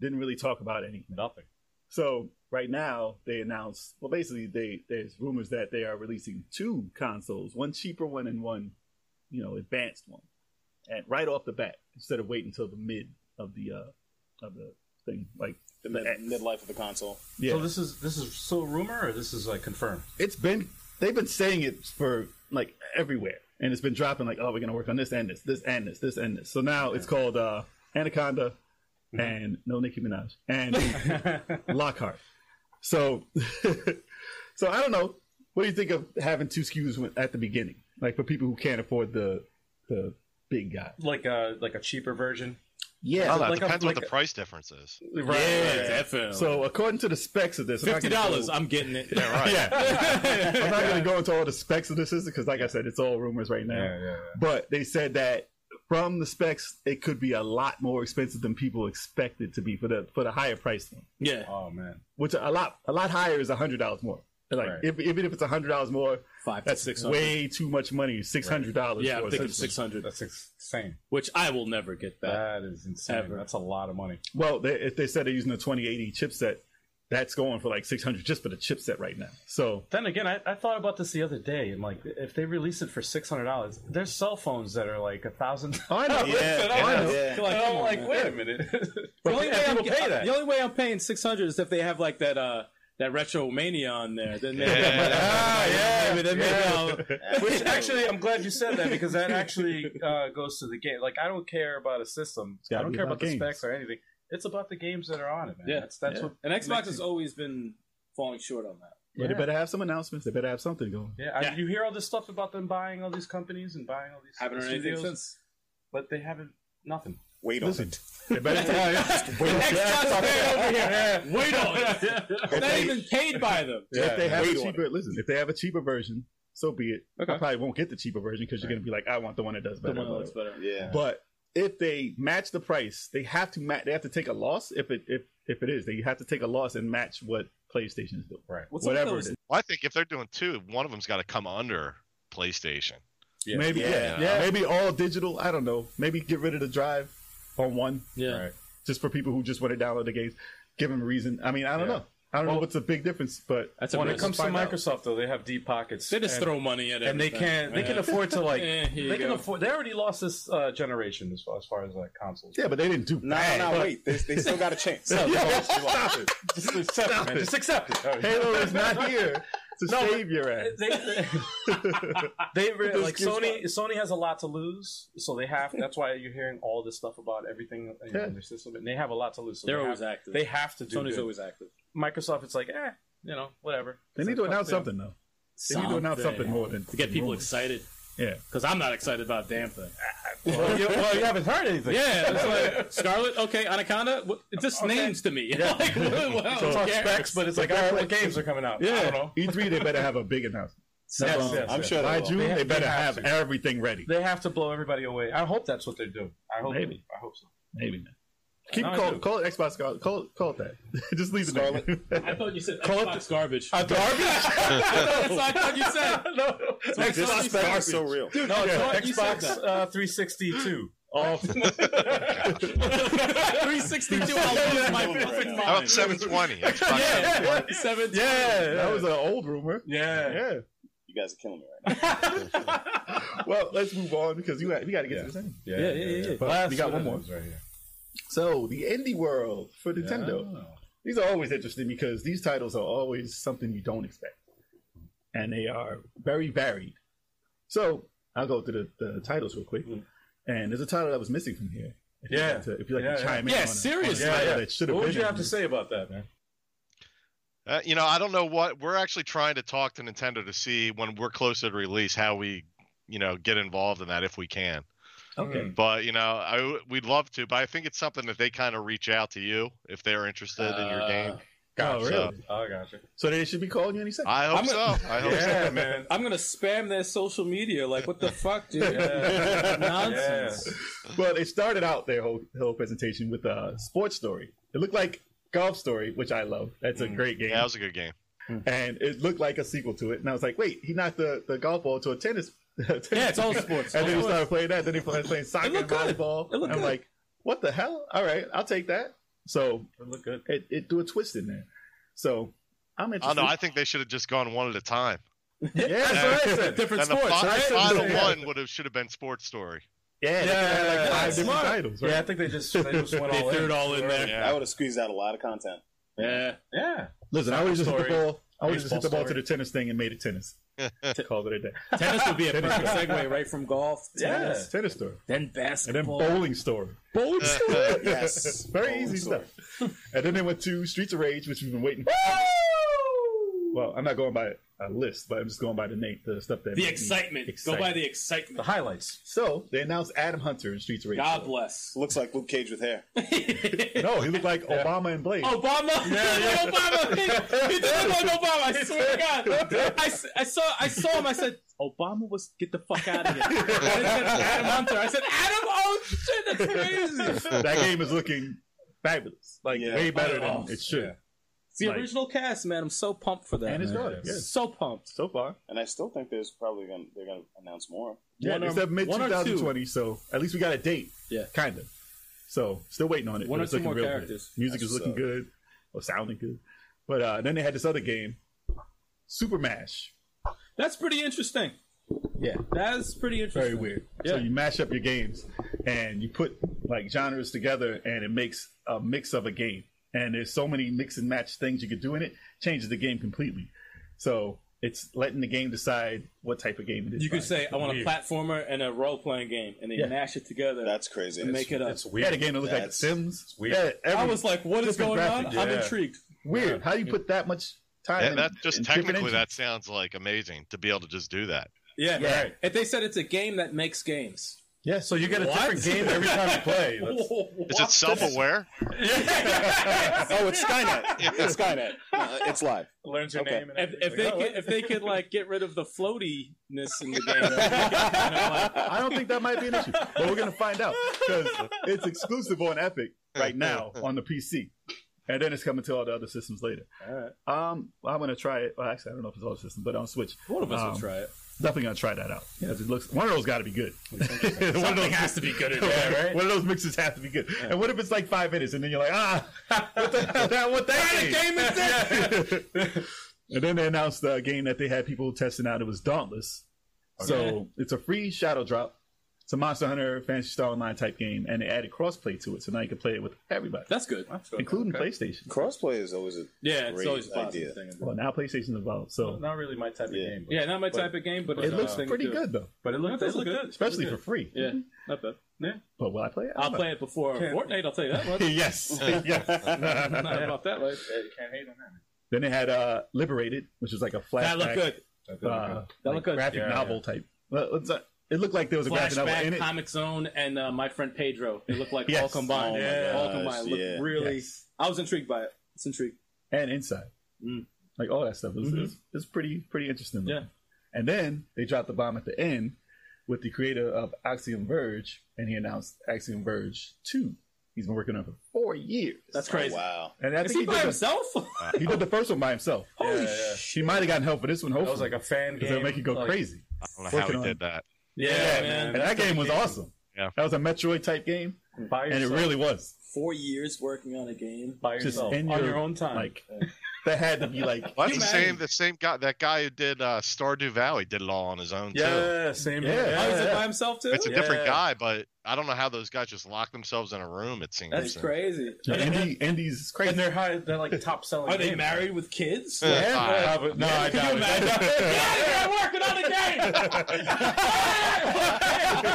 didn't really talk about anything.
Nothing.
So right now they announced well basically they there's rumors that they are releasing two consoles, one cheaper one and one, you know, advanced one. And right off the bat, instead of waiting till the mid of the uh of the thing. Like
The mid, midlife of the console.
yeah.
So this is this is still rumor or this is like confirmed?
it's been they've been saying it for like everywhere. And it's been dropping like, oh we're gonna work on this and this, this and this, this and this. So now it's called uh Anaconda
Mm-hmm.
and no Nicki Minaj. And Lockhart. So, so I don't know. What do you think of having two SKUs when- at the beginning, like for people who can't afford the the big guy?
like a like a cheaper version.
Yeah.
Oh, that
like a-
depends
like
what the
a-
price difference is.
yeah, definitely.
So according to the specs of this, I'm not
Fifty
gonna
dollars,
go-
I'm getting it.
Yeah, right.
yeah.
I'm not going to go into all the specs of this because, like I said, it's all rumors right now. But they said that from the specs, it could be a lot more expensive than people expect it to be for the for the higher price one.
yeah.
Oh man.
Which a lot a lot higher is hundred dollars more. Like
Right.
if, even if it's hundred dollars more,
Five to
That's
six hundred.
way too much money. Six hundred dollars.
Yeah, I'm thinking six hundred, Uh,
That's insane.
which I will never get that.
That is insane.
Ever.
That's a lot of money.
Well, they, if they said they're using a twenty eighty chipset, that's going for like six hundred just for the chipset right now. So
Then again, I, I thought about this the other day, and like, if they release it for six hundred dollars, there's cell phones that are like a thousand.
I know.
And
yeah.
I'm like,
Yeah.
Come
I'm
on,
like
man.
wait a minute.
The only, way
Yeah,
I'm,
people pay that.
the only way I'm paying six hundred is if they have like that uh that retro mania on there. Then maybe,
Yeah.
Ah, yeah, maybe, then maybe I'll-
Which actually, I'm glad you said that because that actually uh, goes to the game. Like, I don't care about a system.
gotta
I don't
be
care
about
about the
games.
specs or anything. It's about the games that are on it, man.
Yeah.
That's that's
Yeah.
what.
And Xbox
Makes
has
it-
always been falling short on that.
But they better have some announcements. They better have something going.
Yeah, I-
Yeah.
you hear all this stuff about them buying all these companies and buying all these
Haven't heard anything
studios,
since.
but they haven't nothing.
Wait on
Listen,
it.
they better take,
Xbox fan over here. Wait on it. Not even paid by them.
if they have a
wait on
cheaper. Listen, if they have a cheaper version, so be it. I
Okay.
probably won't get the cheaper version because you're gonna be like, I want the one that does better.
Well, it's better.
Yeah.
But if they match the price, they have to match. They have to take a loss if it if if it is. They have to take a loss and match what PlayStation is doing.
Right.
What's up with
Whatever it
those-
is.
Well, I think if they're doing two, one of them's got to come under PlayStation.
Yeah.
Maybe yeah.
Yeah.
yeah. Maybe all digital. I don't know. Maybe get rid of the drive on one,
Yeah.
Right.
just for people who just want to download the games. Give them a reason. I mean, I don't
Yeah.
know. I don't know
Well-
what's the big difference, but
That's a
When it
risk.
comes to
find out.
Microsoft, though, they have deep pockets.
They just
and,
throw money at it.
and they can they can afford to like
Eh, here you
they can
go.
afford. They already lost this uh, generation as far as, far as like consoles.
yeah, but they didn't do
No,
bad.
no, no, wait. They, they still got a chance.
Stop it.
Just accept it, man. Just accept it. All right.
Halo is not here to
No, but-
save your ass.
they they re- like Sony. Sony has a lot to lose, so they have. That's why you're hearing all this stuff about everything you know, in their system, and they have a lot to lose. So
They're
they
always
have,
active.
They have to do.
Sony's
good.
always active.
Microsoft. It's like, eh, you know, whatever.
They
It's
need to
like,
announce
fuck
something though. They need to announce something more than
to get people
rumors.
excited.
Yeah.
Because I'm not excited about a damn thing.
them. Well, you, well, you haven't heard anything.
Yeah, it's like Scarlet. Okay, Anaconda. What, it's just names to me. Yeah. like, what, what,
It's
who
all
cares?
specs, but it's like, I what games are coming out? I don't know.
E3 E they better have a big announcement.
Yes,
Um,
yes,
I'm
yes.
sure
By
they will.
June
They
they,
have-
better
they have
have,
to.
everything ready.
They have to blow everybody away. I hope that's what they do. I hope.
Maybe.
I hope so.
Maybe. Keep
No, I
call
do.
call it Xbox Scarlet. Call it call it that. Just leave it. there.
I thought you said
Call it
Xbox garbage.
A garbage?
That's what I thought you said.
no.
Xbox
This
is
aspect
garbage.
is so real.
No, it's
Yeah.
not-
You said
Xbox uh, 362.
All
362. I'll lose
Oh
my fucking
How
mind.
about 720? Xbox
Yeah, seven.
Yeah, that was an old rumor.
Yeah.
Yeah.
You guys are killing me right now.
Well, let's move on because you got, we got to get
Yeah.
to the same.
Yeah,
yeah, yeah, yeah.
But
Last
we got
one.
one more.
Right here.
So the indie world for Nintendo. These are always interesting because these titles are always something you don't expect, and they are very varied. So I'll go through the, the titles real quick.
Mm.
And there's a title that was missing from here. If
Yeah.
you'd like to, if you like
Yeah,
to
yeah.
chime in,
Yeah,
on a- on a
seriously.
title
Yeah, yeah.
that should have
What
been
would you
in
have
here.
to say about that, man?
Uh, you know, I don't know what we're actually trying to talk to Nintendo to see when we're closer to release how we, you know, get involved in that if we can.
Mm-hmm. Hmm.
Okay.
But you know, I we'd love to, but I think it's something that they kind of reach out to you if they're interested in
Uh,
your game.
Oh,
so-
really?
Oh, I gotcha.
So they should be calling you any second.
I hope
I'm
so.
gonna-
I hope so.
Yeah, man.
I'm gonna spam their social media. Like, what the fuck, dude?
Yeah.
Nonsense.
Well, they started out their whole whole presentation with a sports story. It looked like Golf Story, which I love. That's a great game.
Mm. Yeah, that was a good game.
and it looked like a sequel to it. And I was like, wait, he knocked the, the golf ball to a tennis. tennis
Yeah, it's all sports.
And then we
All
started playing that. Then he started playing soccer and
looked good.
volleyball.
It looked
I'm
good.
like, what the hell? All right, I'll take that. So
It looked good.
it, it threw a twist in there. So I'm
I don't
interested.
know. Oh, I think they should have just gone one at a time.
yeah,
that's what I
sports. Different
And the
sports.
fi-
right?
final
Yeah.
one would have should have been Sports Story.
yeah, they had
Yeah,
like five
that's
different
smart.
titles, right?
Yeah, I think they just they just went
They
all
threw
in.
it all in there.
I
Yeah.
would have squeezed out a lot of content.
Yeah.
Yeah.
Listen, I would just hit the
Story.
ball. I would just hit the
Baseball
ball to the tennis thing and made it tennis. Called it a day.
Tennis would be a perfect segue right from golf. to
Yeah.
Tennis,
Tennis story.
then
And then
basketball.
bowling story.
bowling.
Yes.
Very
Bowling
easy
story.
stuff. And then they went to Streets of Rage, which we've been waiting for. Well, I'm not going by a list, but I'm just going by the name, the stuff that.
The
made me
excitement.
excited.
Go by the
The
excitement.
highlights.
So they announced Adam Hunter in Streets of Rage.
God bless.
Looks like Luke Cage with hair.
No, he looked like Obama and Blade.
Obama, yeah, Obama, he, he did look like Obama. I swear to God, I, s- I saw, I saw him. I said, Obama was get the fuck out of here. And it said Adam Hunter. I said, Adam, oh shit, that's crazy.
That game is looking fabulous. Like,
Yeah.
way better
Oh,
than it should.
yeah.
It's the
Like-
original cast, man. I'm so pumped for that.
And his
man.
daughter. Yeah.
So pumped.
So far.
And I still think there's probably gonna they're gonna announce more.
Yeah,
One or-
except mid
one or two.
2020, so at least we got a date.
Yeah.
Kind of. So, still waiting on it.
One
but
or
it's
two
looking
more
real
characters.
Good. Music
That's
is looking
so.
good, or sounding good. But uh, then they had this other game, Super Mash.
That's pretty interesting.
Yeah.
That's pretty
Very
interesting.
weird.
Yeah.
So you mash up your games and you put like genres together and it makes a mix of a game. And there's so many mix and match things you could do in it, changes the game completely. So it's letting the game decide what type of game it is.
You could
by.
say I want a platformer and a role playing game, and they
Yeah.
mash it together
That's crazy.
and make it up.
It's
we had
weird.
a game that looked like The
That's-
Sims.
weird.
Yeah, every-
I was like, what is
different
going on?
graphics.
I'm
Yeah.
intrigued.
weird. How do you put that much time?
Yeah,
in-
that just
in different engines?
technically that sounds like amazing to be able to just do that.
Yeah.
Yeah.
Right. If they said it's a game that makes games.
Yeah, so
So you get a different game every time you play. That's-
Is it self-aware?
Oh, it's Skynet. It's Skynet. Uh, it's live.
learns your
Okay.
name. And
if, if they
everything.
could, if they could like get rid of the floatiness in the game, you know, like,
I don't think that might be an issue, but we're gonna find out because it's exclusive on Epic right now on the PC, and then it's coming to all the other systems later.
Alright.
Um, well, I'm gonna try it. Well, actually, I don't know if it's all systems, but on Switch,
one of us
Um,
will try it.
definitely gonna try that out. Yeah, it looks one of those got to be good. one of those
Something has to be good in
Yeah,
there, right?
right? One of those mixes has to be good. And what if it's like five minutes, and then you're like, ah, what the hell? That, what that
What kind of
game is that? and then they announced a game that they had people testing out. It was Dauntless. So it's a free shadow drop. It's a Monster Hunter Fantasy Star Online type game, and they added crossplay to it, so now you can play it with everybody,
That's good.
including PlayStation.
Crossplay is always a
Yeah, it's
Great
always a
idea.
positive thing.
Well, now PlayStation's involved, so
not really my type
Yeah.
of game. But,
Yeah, not my type of game, but
it
it's
looks
a thing to
pretty
do.
good though,
but it looked,
That
it
does look
looked
good.
good,
especially for free.
Yeah, not bad.
But will I play it?
I'll play it before
Can't-
Fortnite. I'll tell you that much.
yes, yes.
Not about that life.
Yeah, you can't hate on that.
Then they had uh, Liberated, which was like a flashback,
That looked good.
That did
Uh,
look good.
That
like
looked good.
graphic
Yeah,
novel type. Well, it's not- it looked like there was a graphic novel in
Flashback,
it.
Comic Zone, and uh, my friend Pedro. They look like
Yes.
all combined.
Oh my
Yeah. all
gosh,
combined. Look
yeah.
really.
Yes.
I was intrigued by it. It's intrigued.
and inside,
Mm.
like all that stuff. It was,
Mm-hmm.
Mhm.
it was, it was pretty pretty interesting.
Yeah.
looking. And then they dropped the bomb at the end with the creator of Axiom Verge, and he announced Axiom Verge Two. He's been working on it for four years.
That's crazy.
oh, Wow.
and I
Is
think
he
he
by
did, the,
himself?
he did the first one by himself.
Yeah,
Holy
yeah.
He might have gotten help for this one.
That was
Hopefully,
like a fan
because
game.
it'll make you go
like-
crazy.
I don't know how
Working
he
on-
did that.
Yeah,
Yeah,
man.
man.
And that game was awesome.
Yeah.
That was a Metroid type game,
By
and it
yourself.
really was
Four years working on a game.
by
just
yourself
in
on
your-
your own time.
like that had to be like
Well, that's the
Humanity.
same. The same guy. That guy who did uh, Stardew Valley did it all on his own too.
Yeah, same
Yeah.
here.
oh, is it
yeah.
by himself too?
It's a different
Yeah.
guy, but I don't know how those guys just lock themselves in a room. It seems.
That's crazy.
Yeah, Andy, Andy's is crazy.
And they're high. They're like top selling.
Are they married with kids?
Yeah.
Yeah,
Uh,
but- no, I
Could you
doubt it.
imagine? yeah, we're working on the game.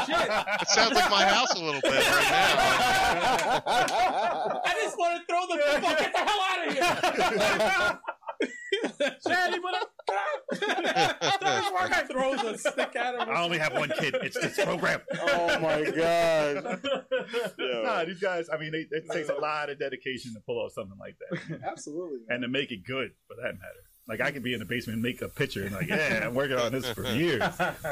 Shit.
It sounds like my house a little bit right now.
I just want to throw the football. Get the hell out of here. Daddy, what up? Throws a stick at him.
I only have one kid. It's this program.
oh my god. Yo.
Nah, these guys. I mean, they, it takes a lot of dedication to pull off something like that,
Absolutely.
and to make it good, for that matter. Like I could be in the basement and make a picture, and like, yeah, I'm working on this for years.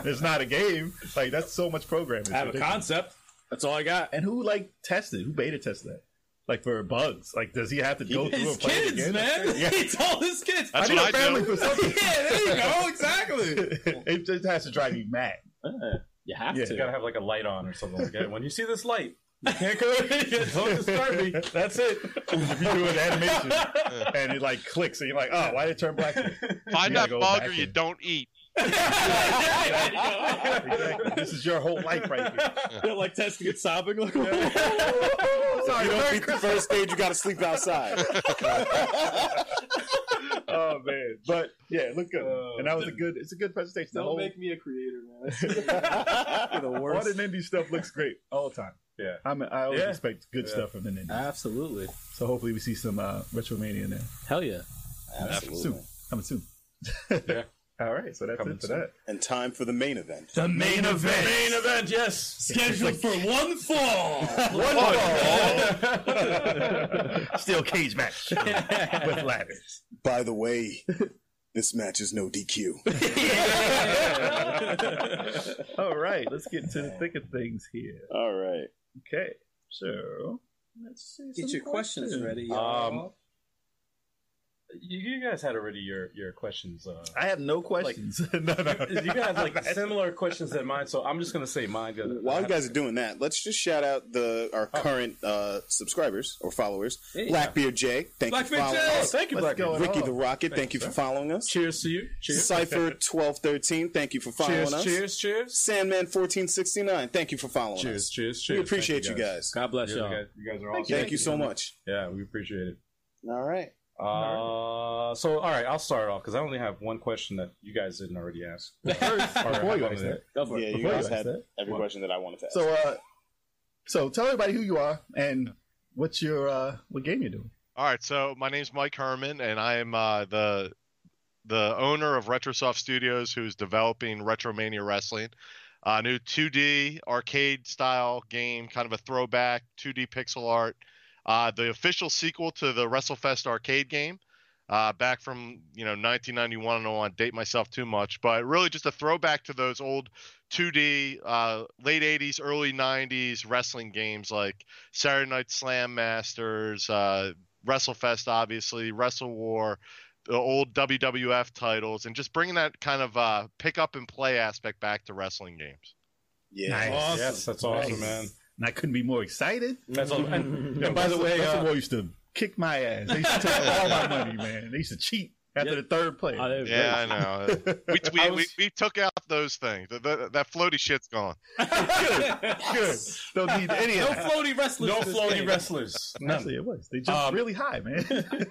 It's not a game. Like that's so much programming.
I have a
It's ridiculous.
concept. That's all I got.
And who like tested? Who beta tested that? Like for bugs? Like does he have to go through
His
and play it
kids,
again?
man. He told his kids.
That's
I need
what
a
I
family
do.
for something.
yeah, there you go. Exactly.
it just has to drive you mad.
You have
Yeah.
You gotta have like a light on or something like that. When you see this light, you can't go in. here. Don't disturb me. That's it.
If you do an animation and it like clicks, and you're like, oh, why did it turn black?
Find
You gotta
that
go
bug
back
or you
and-
don't eat.
Exactly. This is your whole life right here.
They're like testing and sobbing. Like,
Sorry,
you don't beat the first stage, you gotta sleep outside.
oh man, but yeah, it looked good,
Oh.
and that was a good. It's a good presentation. The
Don't
whole
make me a creator, man. You're the
all
worst.
the indie stuff looks great all the time.
Yeah.
I'm, I always
Yeah.
expect good
Yeah.
stuff from the indie.
Absolutely.
So hopefully we see some uh, retromania in there
Hell yeah.
Absolutely.
soon. Coming soon.
Yeah.
All right, so that's
Coming
it for
soon.
that.
And time for the main event.
The main event.
Main event, yes.
Scheduled for one fall.
One ball. Still cage match with ladders.
By the way, this match is no DQ.
All right, let's get to the thick of things here.
All right.
Okay, so let's see.
Get
some
your questions ready.
Um,
y'all.
You, you guys had already your your questions. Uh,
I have no questions. no, no.
you guys like similar questions than mine, so I'm just gonna say mine. 'cause I
While you
have-
guys are doing that, let's just shout out the our current uh, subscribers or followers.
There you
Blackbeard Jay, thank you
Blackbeard
for following
Jay!
Oh,
us.
thank you,
Let's
Black.
go.
Rick.
Ricky the Rocket, thank you for following us.
Cheers to you. Cheers.
Cipher twelve thirteen, thank you for following
Cheers,
us.
cheers, cheers.
Sandman fourteen sixty nine, thank you for following
Cheers,
us.
cheers,
We
cheers.
appreciate
Thank
you guys.
God bless
You
y'all.
guys, you guys are awesome.
Thank you so much.
Yeah, we appreciate it.
All right.
Uh, So, all right, I'll start off because I only have one question that you guys didn't already ask.
First,
All right,
before you
I'm
ask
gonna-
that,
Go for
Yeah,
it.
you
Before you
guys
ask
had
that.
every
What?
question that I wanted to ask.
so uh, so tell everybody who you are and what's your uh, what game you're doing.
All right, so my name's Mike Herman, and I am uh, the the owner of Retrosoft Studios, who's developing Retromania Wrestling, a new 2D arcade style game, kind of a throwback 2D pixel art. Uh, the official sequel to the WrestleFest arcade game, uh, back from you know 1991. I don't want to date myself too much, but really just a throwback to those old 2D uh, late 80s, early 90s wrestling games like Saturday Night Slam Masters, uh, WrestleFest, obviously, Wrestle War, the old WWF titles, and just bringing that kind of uh, pick up and play aspect back to wrestling games.
yeah.
Nice.
Awesome.
Yes, that's awesome,
Nice.
man.
And I couldn't be more excited.
That's all. And,
Yo,
and by the
Russell-
way,
Russell
uh,
Moore used to kick my ass. They used to take all my money, man. They used to cheat after the third play.
Oh, there we
Yeah, I know. Uh, we, we,
I
we,
was-
we took out those things. The, the, that floaty shit's gone.
Good. Don't need any
No
of that.
floaty wrestlers.
no
in this
floaty
game.
wrestlers. None.
Actually, it was. They jumped
Um,
really high, man.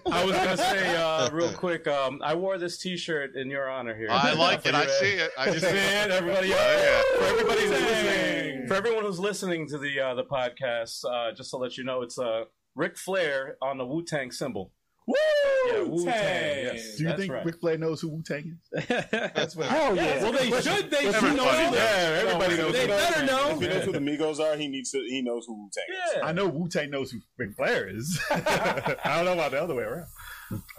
I was gonna say uh, real quick. Um, I wore this T-shirt in your honor here.
I like
For
it.
you,
I
Ed.
see it. I
You see
just Oh,
it, everybody.
yeah.
For everybody who's
Dang.
listening, for everyone who's listening to the uh, the podcast, uh, just to let you know, it's uh, Ric Flair on the Wu Tang symbol.
Woo!
Yeah, Wu
Tang.
Tang. Yes,
Do you
that's
think
right.
Ric Flair knows who Wu Tang is?
That's what.
Hell
Well, they should. They should
Everybody
know.
knows.
yeah, everybody knows.
They
who
better
Wu-Tang
know.
is.
If he knows who the Migos are, he needs to. He knows who Wu Tang is.
Yeah.
I know Wu Tang knows who Ric Flair is. I don't know about the other way around.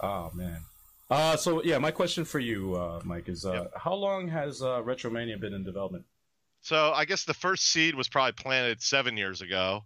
Oh man. Uh, so yeah, my question for you, uh, Mike, is uh,
Yep.
how long has uh, Retromania been in development?
So I guess the first seed was probably planted seven years ago.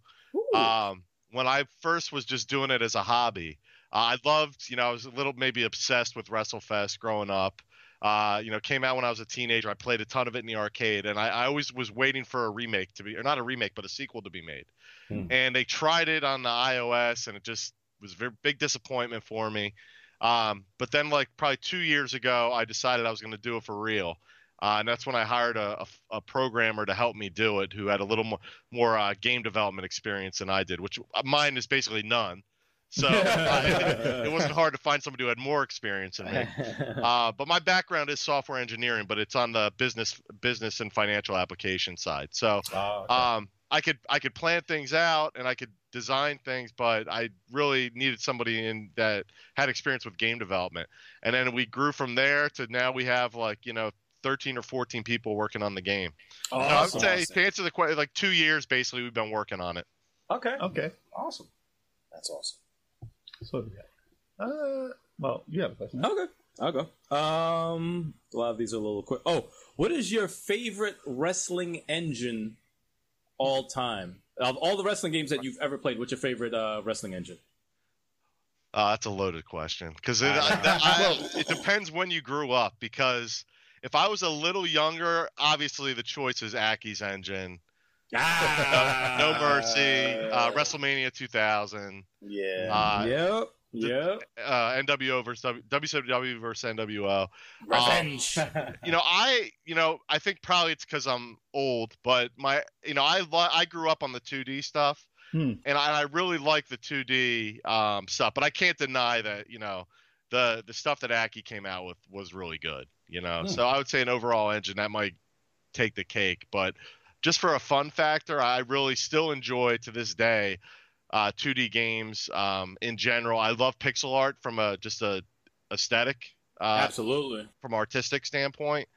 Um, when I first was just doing it as a hobby, uh, I loved, you know, I was a little maybe obsessed with WrestleFest growing up. Uh, you know, came out when I was a teenager. I played a ton of it in the arcade, and I, I always was waiting for a remake to be, or not a remake, but a sequel to be made.
Hmm.
And they tried it on the iOS, and it just was a very big disappointment for me. Um, but then, like probably two years ago, I decided I was going to do it for real, uh, and that's when I hired a, a, a programmer to help me do it, who had a little more more uh, game development experience than I did, which uh, mine is basically none. So I, it wasn't hard to find somebody who had more experience than me. Uh, but my background is software engineering, but it's on the business business and financial application side. So
Uh,
Oh, okay.
um, I could I could plan things out and I could design things, but I really needed somebody in that had experience with game development. And then we grew from there to now we have like you know. 13 or 14 people working on the game.
Oh,
So I would
awesome.
say, to answer the question, like two years basically, we've been working on it.
okay.
Okay.
Awesome.
That's awesome.
So what do we got? Uh, well, you have a question. right?
Okay, I'll go. Um, a lot of these are a little quick. Oh, what is your favorite wrestling engine all time? Of all the wrestling games that you've ever played, what's your favorite uh, wrestling engine?
Uh, that's a loaded question because it, I- that- I- it depends when you grew up. Because if I was a little younger, obviously the choice is Aki's engine,
Ah,
No Mercy, uh, WrestleMania 2000,
Yeah.
uh,
Yep. Yep.
uh, NWO versus w, WCW versus NWO.
Revenge.
Um, You know, I you know I think probably it's because I'm old, but my you know I lo- I grew up on the 2D stuff,
Hmm.
and I, I really like the 2D um, stuff. But I can't deny that you know the the stuff that Aki came out with was really good. You know,
Hmm.
so I would say an overall engine that might take the cake. But just for a fun factor, I really still enjoy to this day uh, 2D games um, in general. I love pixel art from a just a aesthetic. Uh,
Absolutely.
from artistic standpoint.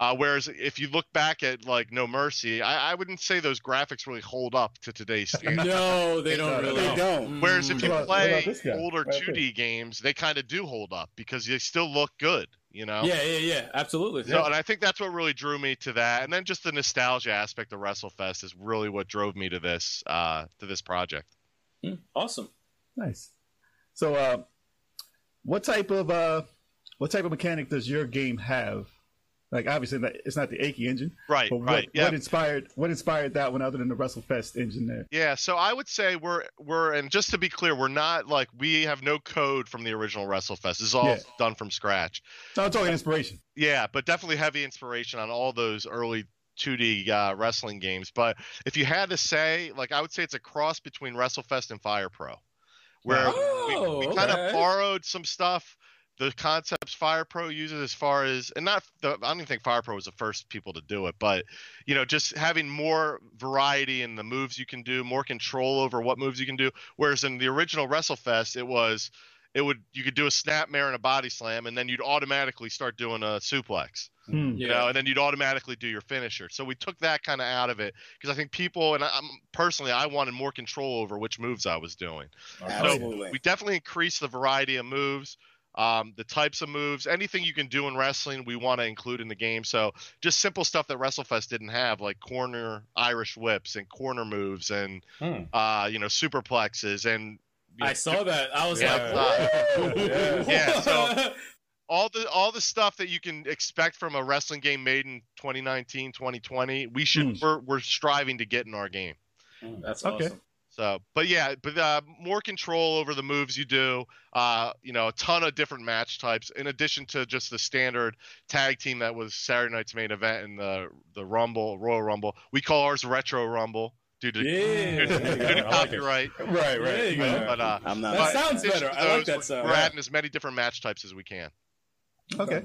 Uh, whereas if you look back at like No Mercy, I, I wouldn't say those graphics really hold up to today's standard.
No, they don't
No,
really.
they
don't.
Whereas if
Mm.
What
you
about- what about
play
this guy?
older
Right
2D games, they kind of do hold up because they still look good, you know.
Yeah, yeah, yeah. Absolutely.
Oh. So, uh, and I think that's what really drew me to that, and then just the nostalgia aspect of WrestleFest is really what drove me to this uh, to this project.
Hmm, Awesome.
Nice. So, uh, what type of uh, what type of mechanic does your game have? Like, obviously, that- it's not the Aki engine,
Right,
but what,
right, yeah.
what inspired what inspired that one other than the WrestleFest engine there?
Yeah, so I would say we're we're and just to be clear, we're not like we have no code from the original WrestleFest. This is all
Yeah.
done from scratch.
No, I'm talking inspiration.
Yeah, but definitely heavy inspiration on all those early 2D uh, wrestling games. But if you had to say, like, I would say it's a cross between WrestleFest and Fire Pro, where
Oh,
we, we kind
okay.
of borrowed some stuff, the concepts Fire Pro uses as far as, and not, the, I don't even think Fire Pro was the first people to do it, but, you know, just having more variety in the moves you can do, more control over what moves you can do. Whereas in the original WrestleFest, it was, it would you could do a snapmare and a body slam, and then you'd automatically start doing a suplex,
Hmm.
you
Yeah.
know, and then you'd automatically do your finisher. So we took that kind of out of it because I think people and I, I'm personally I wanted more control over which moves I was doing.
Absolutely.
We definitely increased the variety of moves, um, the types of moves, anything you can do in wrestling. We want to include in the game. So just simple stuff that WrestleFest didn't have, like corner Irish whips and corner moves and
Hmm.
uh, you know superplexes and. you know,
I saw that. I was
Yeah.
like, woo!
Yeah, so- all the all the stuff that you can expect from a wrestling game made in 2019 2020 we should
Mm.
we're, we're striving to get in our game
that's
Okay.
awesome.
so but yeah but uh, more control over the moves you do uh, you know a ton of different match types in addition to just the standard tag team that was saturday night's main event in the the rumble royal rumble we call ours retro rumble due to,
Yeah.
due to- due to
I like it.
copyright
Right,
There you go.
but uh
I'm
That
not.
but
sounds
in addition
better.
to
I like
those,
that sound.
We're
Yeah.
adding as many different match types as we can.
Okay.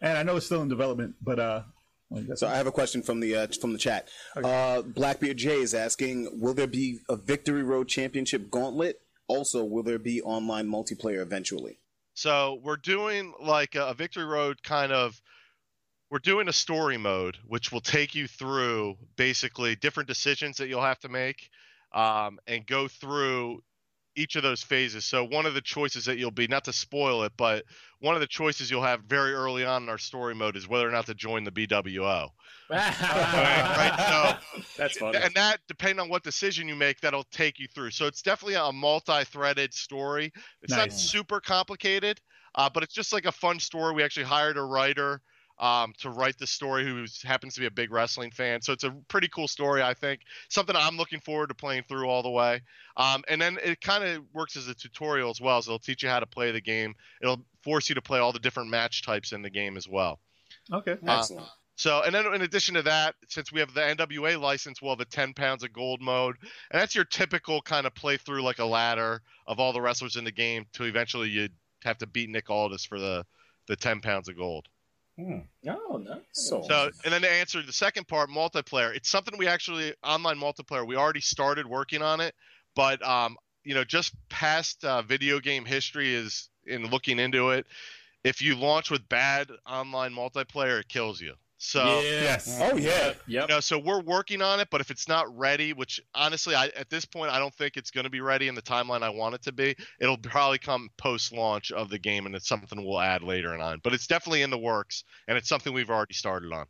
And I know it's still in development, but uh, well, you got-
So I have a question from the uh, from the chat. Uh, Blackbeard J is asking, will there be a Victory Road Championship Gauntlet? Also, will there be online multiplayer eventually?
So we're doing like a Victory Road kind of. We're doing a story mode, which will take you through basically different decisions that you'll have to make, um, and go through each of those phases. So one of the choices that you'll be, not to spoil it, but one of the choices you'll have very early on in our story mode is whether or not to join the BWO. right,
that's funny.
And that, depending on what decision you make, that'll take you through. So it's definitely a multi-threaded story. It's not
Nice.
super complicated, uh, but it's just like a fun story. We actually hired a writer um, to write the story, who happens to be a big wrestling fan. So it's a pretty cool story, I think. Something I'm looking forward to playing through all the way. Um, and then it kind of works as a tutorial as well. So it'll teach you how to play the game. It'll force you to play all the different match types in the game as well.
Okay.
Uh,
Excellent.
So, and then in addition to that, since we have the NWA license, we'll have the 10 pounds of gold mode. And that's your typical kind of playthrough like a ladder of all the wrestlers in the game to eventually you have to beat Nick Aldis for the, the 10 pounds of gold.
No, no.
So-
So, and then to answer the second part, multiplayer. It's something we actually online multiplayer. We already started working on it, but um, you know, just past uh, video game history is in looking into it. If you launch with bad online multiplayer, it kills you. So.
Yes.
oh yeah.
Yep.
You know, so we're working on it, but if it's not ready, which honestly, I, at this point, I don't think it's going to be ready in the timeline I want it to be. It'll probably come post-launch of the game, and it's something we'll add later on. But it's definitely in the works, and it's something we've already started on.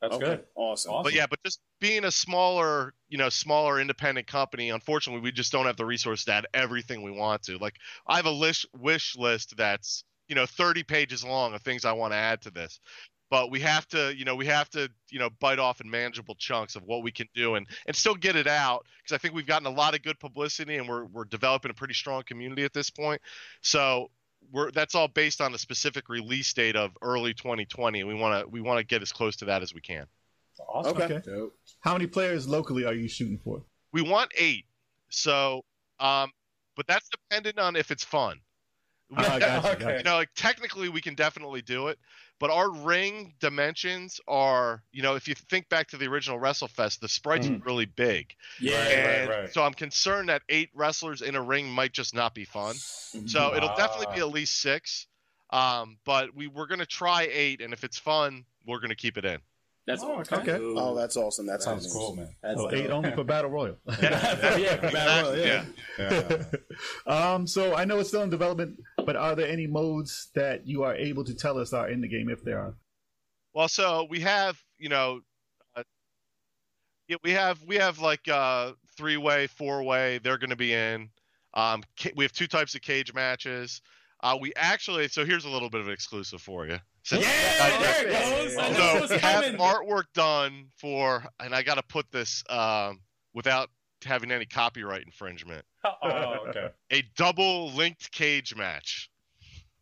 That's
okay.
good.
Awesome.
Awesome.
But yeah, but just being a smaller, you know, smaller independent company, unfortunately, we just don't have the resource to add everything we want to. Like, I have a list, wish list that's, you know, 30 pages long of things I want to add to this. But we have to, you know, we have to, you know, bite off in manageable chunks of what we can do and, and still get it out because I think we've gotten a lot of good publicity and we're, we're developing a pretty strong community at this point. So we're that's all based on a specific release date of early 2020. We want to we want to get as close to that as we can.
Awesome.
Okay.
Dope.
How many players locally are you shooting for?
we want eight. So, um, but that's dependent on if it's fun. We,
Ah, gotcha,
Okay.
gotcha.
You know, like technically we can definitely do it, but our ring dimensions are, you know, if you think back to the original WrestleFest, the sprites
Mm.
were really big.
Yeah.
And
right.
so I'm concerned that eight wrestlers in a ring might just not be fun. So it'll definitely be at least six. Um, but we we're gonna try eight, and if it's fun, we're gonna keep it in.
That's
Oh,
awesome.
okay.
Ooh.
Oh, that's awesome. That
That sounds
sounds
cool, man.
That's
Oh, eight
dope.
only for Battle Royal.
yeah, for Battle Royale, yeah.
Yeah.
um, so I know it's still in development, but are there any modes that you are able to tell us are in the game if there are?
Well, so we have, you know, uh, yeah, we have we have like uh, three way, four way. They're going to be in. Um, ca- we have two types of cage matches. Uh, we actually, so here's a little bit of an exclusive for you. Since-
Yeah, there it goes. I know it was
so we have
coming.
artwork done for, and I got to put this um, without having any copyright infringement.
oh, okay.
A double linked cage match.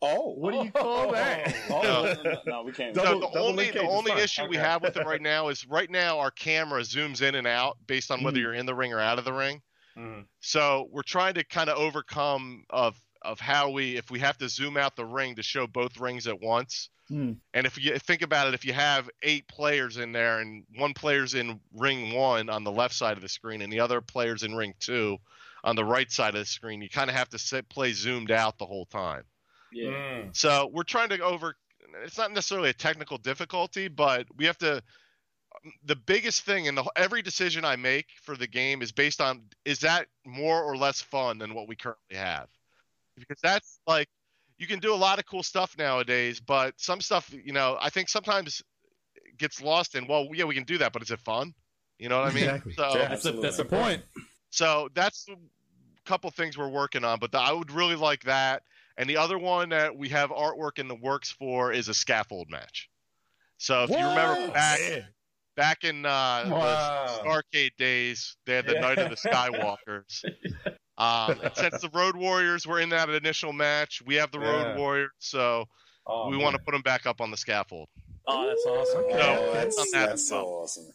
Oh,
What do you call that?
Oh,
No.
no, no, no, we can't.
Double-
no, the
double
only
link
the
cage is
only
fine.
issue we
Okay.
have with it right now is right now our camera zooms in and out based on
Hmm.
whether you're in the ring or out of the ring.
Mhm.
So we're trying to kind of overcome of of how we if we have to zoom out the ring to show both rings at once.
Hmm.
And if you think about it, if you have eight players in there and one player's in ring one on the left side of the screen and the other player's in ring two on the right side of the screen, you kind of have to sit, play zoomed out the whole time.
Yeah.
Mm.
So we're trying to over. It's not necessarily a technical difficulty, but we have to. The biggest thing in the every decision I make for the game is based on is that more or less fun than what we currently have, because that's like you can do a lot of cool stuff nowadays, but some stuff you know I think sometimes gets lost in. Well, yeah, we can do that, but is it fun? You know what I mean?
Exactly.
So
Yeah.
That's a, that's a
Absolutely.
point.
so that's a couple things we're working on, but the, I would really like that. And the other one that we have artwork in the works for is a scaffold match. So if you remember
What?
back back in uh, the
Wow.
arcade days, they had the Night of the Skywalkers. um, and since the Road Warriors were in that initial match, we have the
Yeah.
Road Warriors, so
Oh,
we
man.
want to put them back up on the scaffold.
Oh, that's awesome.
Okay.
No,
Oh, that's,
on that
that's so awesome.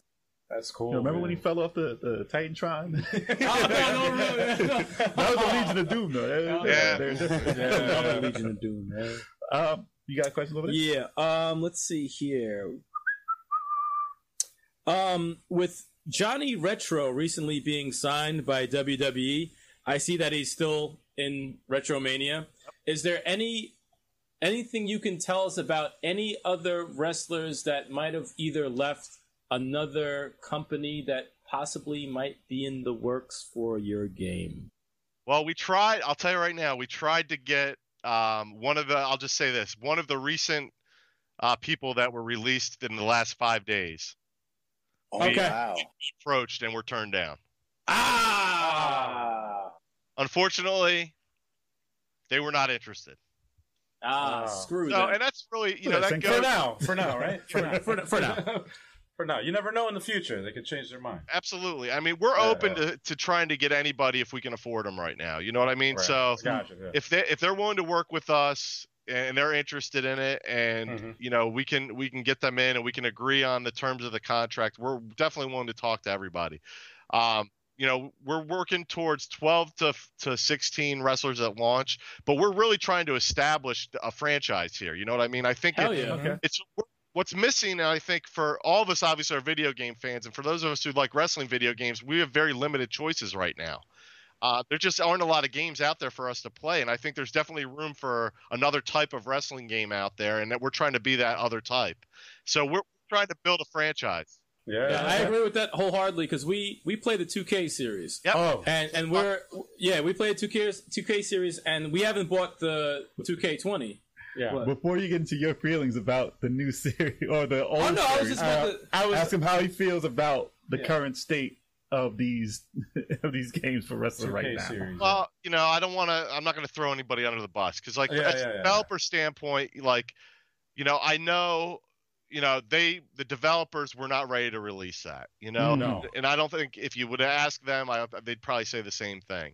That's cool.
Remember
man.
when he fell off the, the Titantron?
Oh, no, no, no, no.
that was the Legion of Doom, though. They're-
Yeah.
they're different.
Yeah.
Legion of Doom, man.
Um, you got a question over there?
Yeah. Um. Let's see here. Um. With Johnny Retro recently being signed by WWE, I see that he's still in Retromania. Is there any anything you can tell us about any other wrestlers that might have either left another company that possibly might be in the works for your game?
Well, we tried. I'll tell you right now, we tried to get um, one of the. I'll just say this: one of the recent uh, people that were released in the last five days
Oh,
Okay.
wow.
approached and were turned down.
Ah.
Ah.
Unfortunately, they were not interested.
Ah,
Wow.
screw
No,
that.
and that's really you know
Yeah,
that
thank
goes
For now, for now, right? For now,
For- for now.
for now. You never know in the future; they could change their mind.
absolutely. I mean, we're
Yeah.
open to, to trying to get anybody if we can afford them right now. You know what I mean?
Right.
So
Gotcha, yeah.
if they if they're willing to work with us and they're interested in it and
Mm-hmm.
Mhm.
you know we can we can get them in and we can agree on the terms of the contract we're definitely willing to talk to everybody um you know we're working towards 12 to to 16 wrestlers at launch but we're really trying to establish a franchise here you know what i mean i think
Hell
it-
yeah.
Okay.
it's what's missing i think for all of us obviously are video game fans and for those of us who like wrestling video games we have very limited choices right now uh, there just aren't a lot of games out there for us to play and i think there's definitely room for another type of wrestling game out there and that we're trying to be that other type so we're trying to build a franchise
Mm-hmm. Yeah,
Yeah, I agree with that wholeheartedly because we we play the 2K series.
Yep.
Oh,
And and we're yeah we play a 2K 2K series and we haven't bought the 2K20.
yeah.
What?
Before you get into your feelings about the new series or the old
Oh no, I was
series,
just about to, I was
ask him how he feels about the
Yeah.
current state of these of these games for wrestling
2K
right now.
series.
Well, you know, I don't want to. I'm not going to throw anybody under the bus because, like,
Yeah,
as
yeah,
a
yeah.
developer standpoint, like, you know, I know, you know, they the developers were not ready to release that, you know,
No.
and, I don't think if you would ask them, I, they'd probably say the same thing.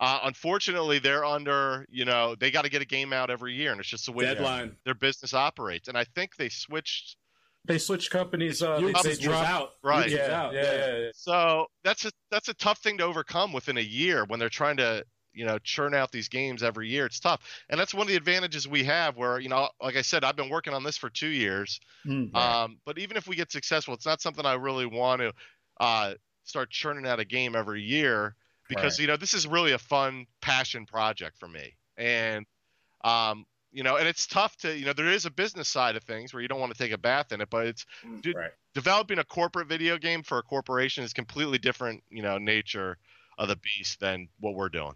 Uh, unfortunately, they're under, you know, they got to get a game out every year, and it's just the way
deadline.
their business operates. And I think they switched.
they switch companies. Uh,
YouTube
they, they
was
drop.
out.
Right.
YouTube was
Yeah,
out.
yeah, yeah, yeah.
So that's a that's a tough thing to overcome within a year when they're trying to you know churn out these games every year. It's tough, and that's one of the advantages we have. Where you know, like I said, I've been working on this for two years.
Mm.
Um, but even if we get successful, it's not something I really want to uh, start churning out a game every year because you know this is really a fun passion project for me, and um, you know, and it's tough to you know there is a business side of things where you don't want to take a bath in it, but it's dude,
right.
developing a corporate video game for a corporation is completely different you know nature of the beast than what we're doing.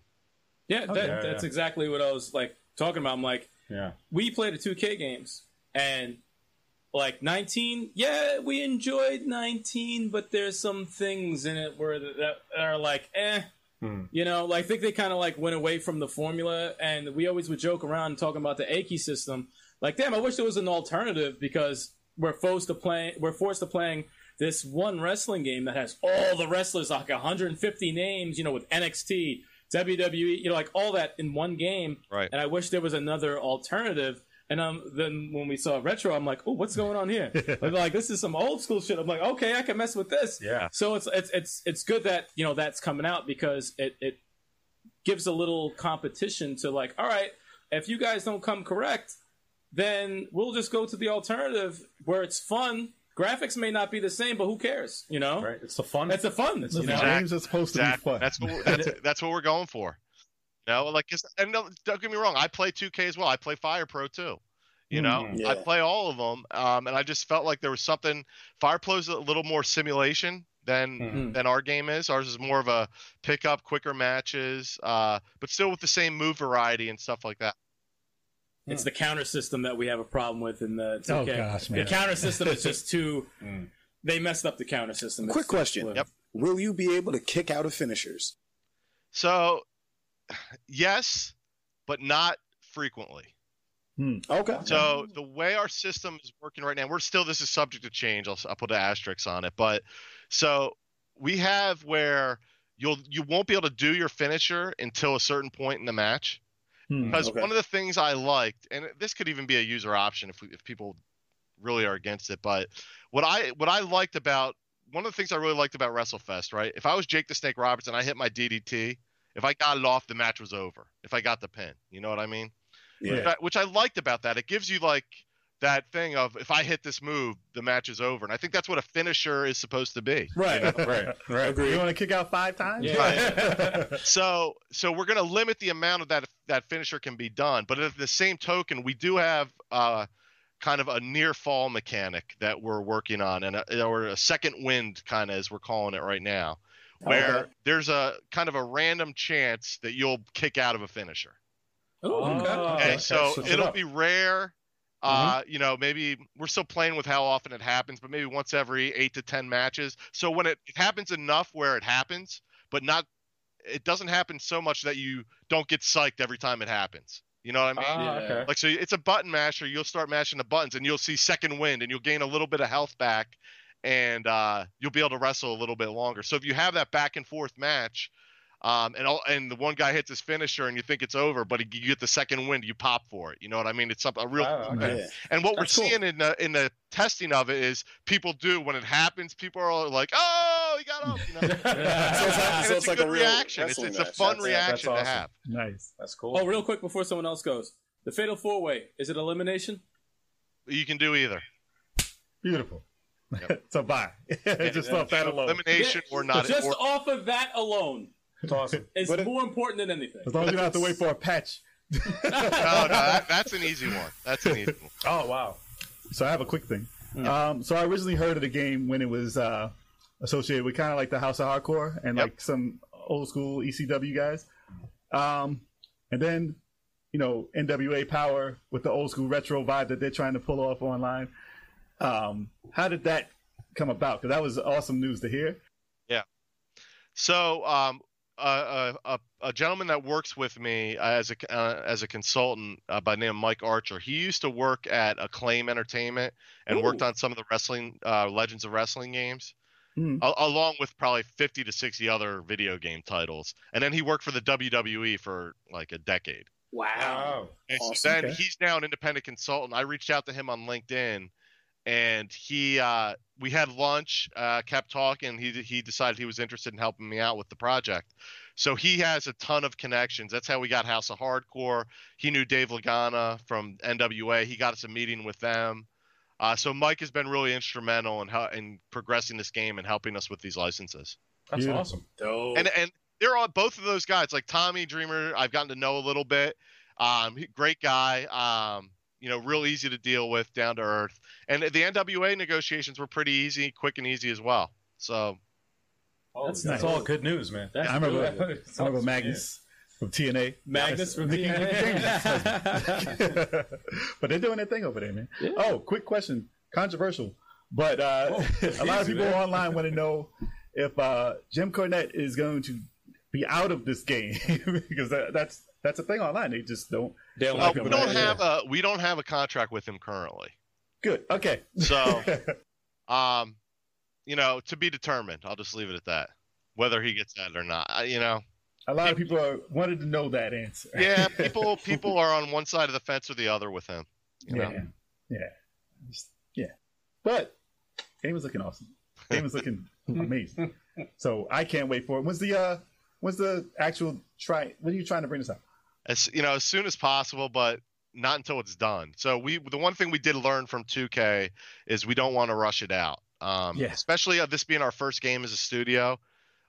Yeah, that,
yeah,
that's
yeah.
exactly what I was like talking about. I'm like,
Yeah.
we played the 2K games and like 19, yeah, we enjoyed 19, but there's some things in it where th- that are like, eh,
Hmm.
you know, like I think they kind of like went away from the formula, and we always would joke around talking about the Aki system. Like, damn, I wish there was an alternative because we're forced to play, we're forced to playing this one wrestling game that has all the wrestlers, like 150 names, you know, with NXT, WWE, E, you know, like all that in one game.
Right.
And I wish there was another alternative. And um, then when we saw retro, I'm like, oh, what's going on here? I'm like, this is some old school shit. I'm like, okay, I can mess with this.
Yeah.
So it's it's it's it's good that you know that's coming out because it it gives a little competition to like, all right, if you guys don't come correct, then we'll just go to the alternative where it's fun. Graphics may not be the same, but who cares? You know,
Right. It's the fun.
that's the fun.
The
you know?
Exactly.
games are supposed to
Exactly.
be fun.
That's what we're, that's, that's what we're going for. No, like, it's- and no, don't get me wrong. I play 2K as well. I play Fire Pro too.
Hmm.
You
Mm.
know,
Mhm. Yeah.
I play all of them, um, and I just felt like there was something. Fire Pro's a little more simulation than
Hmm.
Mhm.
than our game is. Ours is more of a pick up, quicker matches, uh, but still with the same move variety and stuff like that.
It's the counter system that we have a problem with in the 2K.
Oh, gosh, man.
The counter system is just too.
Mm.
They messed up the counter system. It's
Quick
too
question.
slick.
Hmm. Yep.
Will you be able to kick out of finishers?
So, yes, but not frequently.
Okay.
So the way our system is working right now, we're still this is subject to change. I'll, I'll put an asterisk on it, but so we have where you'll you won't be able to do your finisher until a certain point in the match.
Hmm.
Because
Okay.
one of the things I liked, and this could even be a user option if we, if people really are against it, but what I what I liked about one of the things I really liked about WrestleFest, right? If I was Jake the Snake Roberts and I hit my DDT, if I got it off, the match was over. If I got the pin, you know what I mean?
Yeah.
Which I- which I liked about that. It gives you like that thing of if I hit this move, the match is over, and I think that's what a finisher is supposed to be.
Right.
right. Right.
You want to kick out five times?
Yeah.
So so we're going to limit the amount of that that finisher can be done, but at the same token, we do have uh, kind of a near fall mechanic that we're working on, and a, or a second wind kind of as we're calling it right now, where
Okay.
there's a kind of a random chance that you'll kick out of a finisher.
Ooh, okay.
Okay,
okay,
so
switch it
it'll
up.
be rare. Uh, you know, maybe we're still playing with how often it happens, but maybe once every eight to ten matches. So when it, it happens enough where it happens, but not, it doesn't happen so much that you don't get psyched every time it happens. You know what I mean?
Ah,
Yeah.
okay.
Like so, it's a button masher. You'll start mashing the buttons, and you'll see second wind, and you'll gain a little bit of health back, and uh, you'll be able to wrestle a little bit longer. So if you have that back and forth match, um, and all, and the one guy hits his finisher, and you think it's over, but he, you get the second wind, you pop for it. You know what I mean? It's something a real.
Ah, okay.
Yeah.
And what
That's
we're
cool.
seeing in the in the testing of it is people do when it happens. People are like, "Oh, he got up!" You know?
So it's like, so it's
And it's, a
like
good
a real
reaction. It's,
wrestling
it's a
match.
fun
That's-
that's
reaction
awesome.
to have.
Nice.
That's cool.
Oh, real quick before someone else goes, the fatal four way is it elimination?
You can do either.
Beautiful. so bye. Just left that alone.
Elimination or not.
Just
or-
off of that alone
That's awesome.
is
But it-
more important than anything.
As long as you don't have to wait for a patch.
no, no, that, that's an easy one. That's an easy one.
Oh wow.
So I have a quick thing. Um, so I originally heard of the game when it was uh, associated with kind of like the House of Hardcore and
Yep.
like some old school ECW guys. Um, and then, you know, NWA Power with the old school retro vibe that they're trying to pull off online. Um, how did that come about? Because that was awesome news to hear.
So, um, a, a, a, a gentleman that works with me as a uh, as a consultant uh, by the name of Mike Archer. He used to work at Acclaim Entertainment and worked on some of the wrestling uh, Legends of Wrestling games,
Hmm.
a- along with probably fifty to sixty other video game titles. And then he worked for the WWE for like a decade.
Wow.
And so
Awesome.
then
Okay.
he's now an independent consultant. I reached out to him on LinkedIn, and he uh, we had lunch, uh, kept talking. He he decided he was interested in helping me out with the project. So he has a ton of connections. That's how we got House of Hardcore. He knew Dave Lagana from NWA. He got us a meeting with them. Uh, so Mike has been really instrumental in how, in progressing this game and helping us with these licenses
That's
Beautiful.
awesome.
and and they're on both of those guys like tommy dreamer i've gotten to know a little bit um he- great guy um you know real easy to deal with down to earth and the nwa negotiations were pretty easy quick and easy as well so
Oh,
That's
that's,
nice.
all good news, man. That's
I remember,
good. That's
I remember
awesome,
Magnus from TNA.
Magnus from
Nikki-
TNA.
Nikki James. but they're doing their thing over there, man. Oh, quick question, controversial, but uh, a lot of
easy,
people
man.
online want to know if uh, Jim Cornette is going to be out of this game because that, that's that's a thing online. They just don't.
They don't
Oh,
Well,
like
uh, we
him,
don't
right?
have a we don't have a contract with him currently
Good. Okay.
so um you know to be determined i'll just leave it at that whether he gets that or not I, you know
a lot of people are, wanted to know that answer.
yeah people people are on one side of the fence or the other with him you know?
Yeah. Yeah. Just- yeah. But game is looking awesome. Game is looking amazing. So I can't wait for it. When's the uh when's the actual try when are you trying to bring this out?
as you know as soon as possible but not until it's done so we the one thing we did learn from 2k is we don't want to rush it out um
Yeah.
especially uh, this being our first game as a studio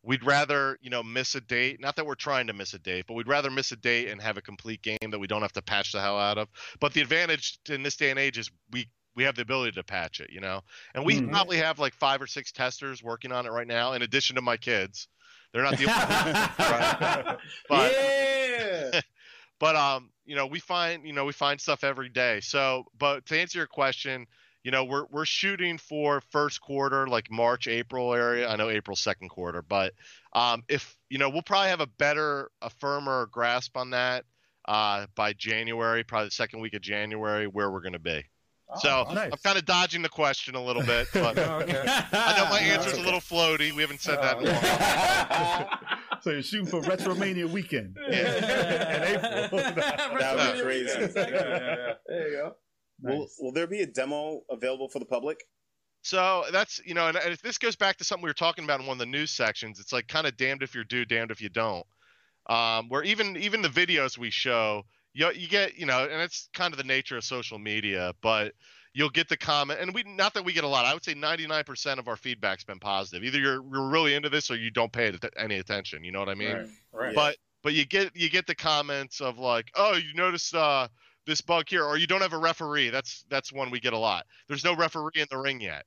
we'd rather you know miss a date not that we're trying to miss a date but we'd rather miss a date and have a complete game that we don't have to patch the hell out of but the advantage in this day and age is we we have the ability to patch it you know and we
Mhm.
probably have like five or six testers working on it right now in addition to my kids they're not the only Right. but
yeah.
but um you know we find you know we find stuff every day so but to answer your question you know we're we're shooting for first quarter like march april area i know april second quarter but um if you know we'll probably have a better a firmer grasp on that uh by january probably the second week of january where we're going to be
Oh,
so
nice.
i'm kind of dodging the question a little bit but
Oh, okay. Oh,
i know my
No,
answer's
it's
a little floaty we haven't said that in a while.
that
So you're shooting for Retromania weekend.
Yeah.
In April.
That would be
Yeah.
crazy.
yeah, yeah, yeah.
There you go.
Will, will there be a demo available for the public?
So that's you know, and, and if this goes back to something we were talking about in one of the news sections, it's like kind of damned if you're due, damned if you don't. Um, where even even the videos we show, you you get you know, and it's kind of the nature of social media, but you'll get the comment, and we not that we get a lot. I would say 99% of our feedback's been positive. Either you're you're really into this, or you don't pay it any attention. You know what I mean?
Right, right.
But but you get you get the comments of like, oh, you noticed uh, this bug here, or you don't have a referee. That's that's one we get a lot. There's no referee in the ring yet,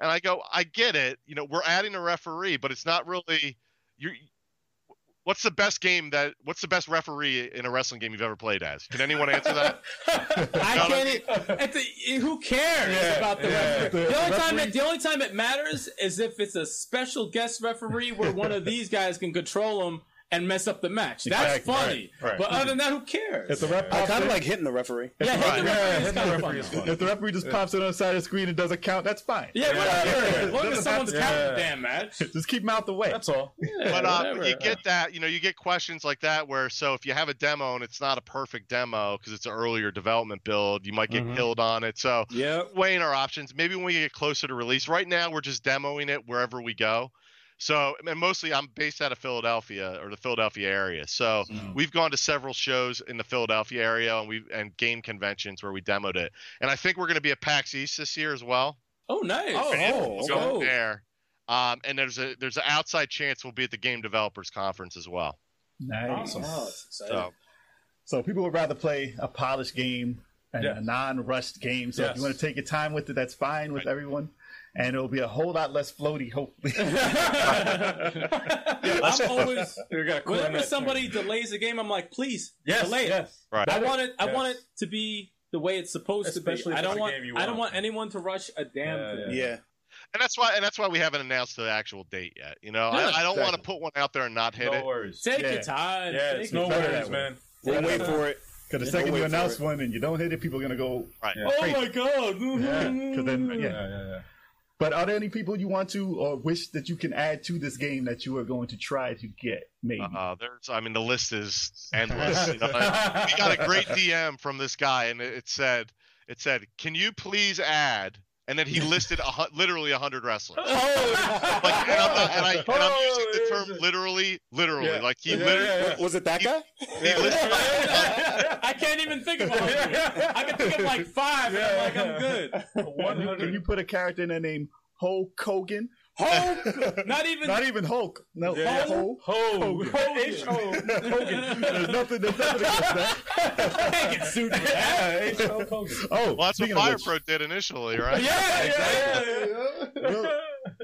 and I go, I get it. You know, we're adding a referee, but it's not really you. What's the best game that? What's the best referee in a wrestling game you've ever played as? Can anyone answer that?
I
No,
can't. e- At the, who cares about the referee? The only time it, the only time it matters is if it's a special guest referee where one of these guys can control him and mess up the match. That's
Exactly,
funny.
right, right.
But other than that, who cares?
If the ref
I
pops
kind
in-
of like hitting the referee.
yeah, hit the
right,
referee
yeah,
is
hit the
kinda
referee is
fun.
fun.
if the referee just pops it on the side of the screen and does a count, that's fine.
Yeah, whatever. As long
Doesn't
as someone's
to-
have
counting the
yeah.
damn match.
Just keep him out the way.
That's all.
but
Yeah,
um,
whatever.
you get that, you know, you get questions like that where, so if you have a demo and it's not a perfect demo because it's an earlier development build, you might get
Mhm.
killed on it. So
Yep.
weighing our options, maybe when we get closer to release. Right now, we're just demoing it wherever we go. So, and mostly I'm based out of Philadelphia or the Philadelphia area. So we've gone to several shows in the Philadelphia area and we and game conventions where we demoed it. And I think we're going to be at PAX East this year as well.
Oh, nice.
Oh,
And
okay.
we'll go there. Um, and there's a there's an outside chance we'll be at the Game Developers Conference as well.
nice.
Awesome. Oh, that's
Uh,
exciting.
So
So people would rather play a polished game and
Yeah.
a non-rushed game. So if
Yes.
you want to take your time with it, that's fine with everyone, and it'll be a whole lot less floaty. Hopefully,
I'm always
We got a cool
whenever
net
somebody
there.
delays a game, I'm like, please
yes,
delay it.
yes.
right.
I want it. I
Yes.
want it to be the way it's supposed to
Especially
be.
if it's
I don't
a
want.
game you
I don't
want.
want anyone to rush a damn
Yeah,
thing.
yeah.
Yeah.
and that's why and that's why we haven't announced the actual date yet. You know, I,
Yeah,
I don't want to
exactly.
put one out there and not hit
No
it.
worries.
Take
Yeah.
your time.
Yeah,
Take
it's
your
no
time.
worries, man.
We'll wait for it.
because the
Don't
second
wait
you
for
announce
it.
one and you don't hit it, people are gonna go.
Right.
Yeah.
Oh my god.
Because then, yeah.
Yeah, yeah, yeah.
But are there any people you want to or wish that you can add to this game that you are going to try to get? Maybe.
Uh, there's, I mean, the list is endless. you know? Like, we got a great DM from this guy, and it, it said, it said, "Can you please add?" And then he listed a, hu- literally hundred wrestlers. Like, and, I'm not, and, I, and I'm using the term literally, literally.
Oh, Yeah.
Like he
Yeah,
literally,
yeah, yeah.
Was it that guy?
he listed
I can't even think of all of them. I can think of like five, and I'm like, I'm good.
Can you- Can you put a character in there named Hulk Hogan?
Hulk, not even.
Not even Hulk. No,
Yeah.
Hulk.
Ho,
H O.
Hogan. There's nothing. There's nothing against that.
Can't get sued for that.
Oh,
Well, that's what
speaking of
Fire
which,
Pro did initially, right?
Yeah, yeah, yeah.
Will,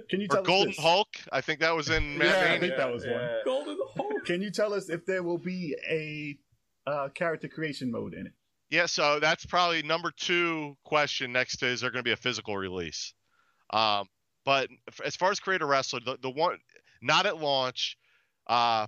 can you
Or
tell
Golden
us this?
Hulk, I think that was in Mad
Yeah, I
Mania.
think that was one.
Golden Hulk.
Can you tell us if there will be a uh, character creation mode in it?
Yeah, so that's probably number two question next to is there going to be a physical release? Um, but f- as far as creator wrestler, the, the one not at launch, uh,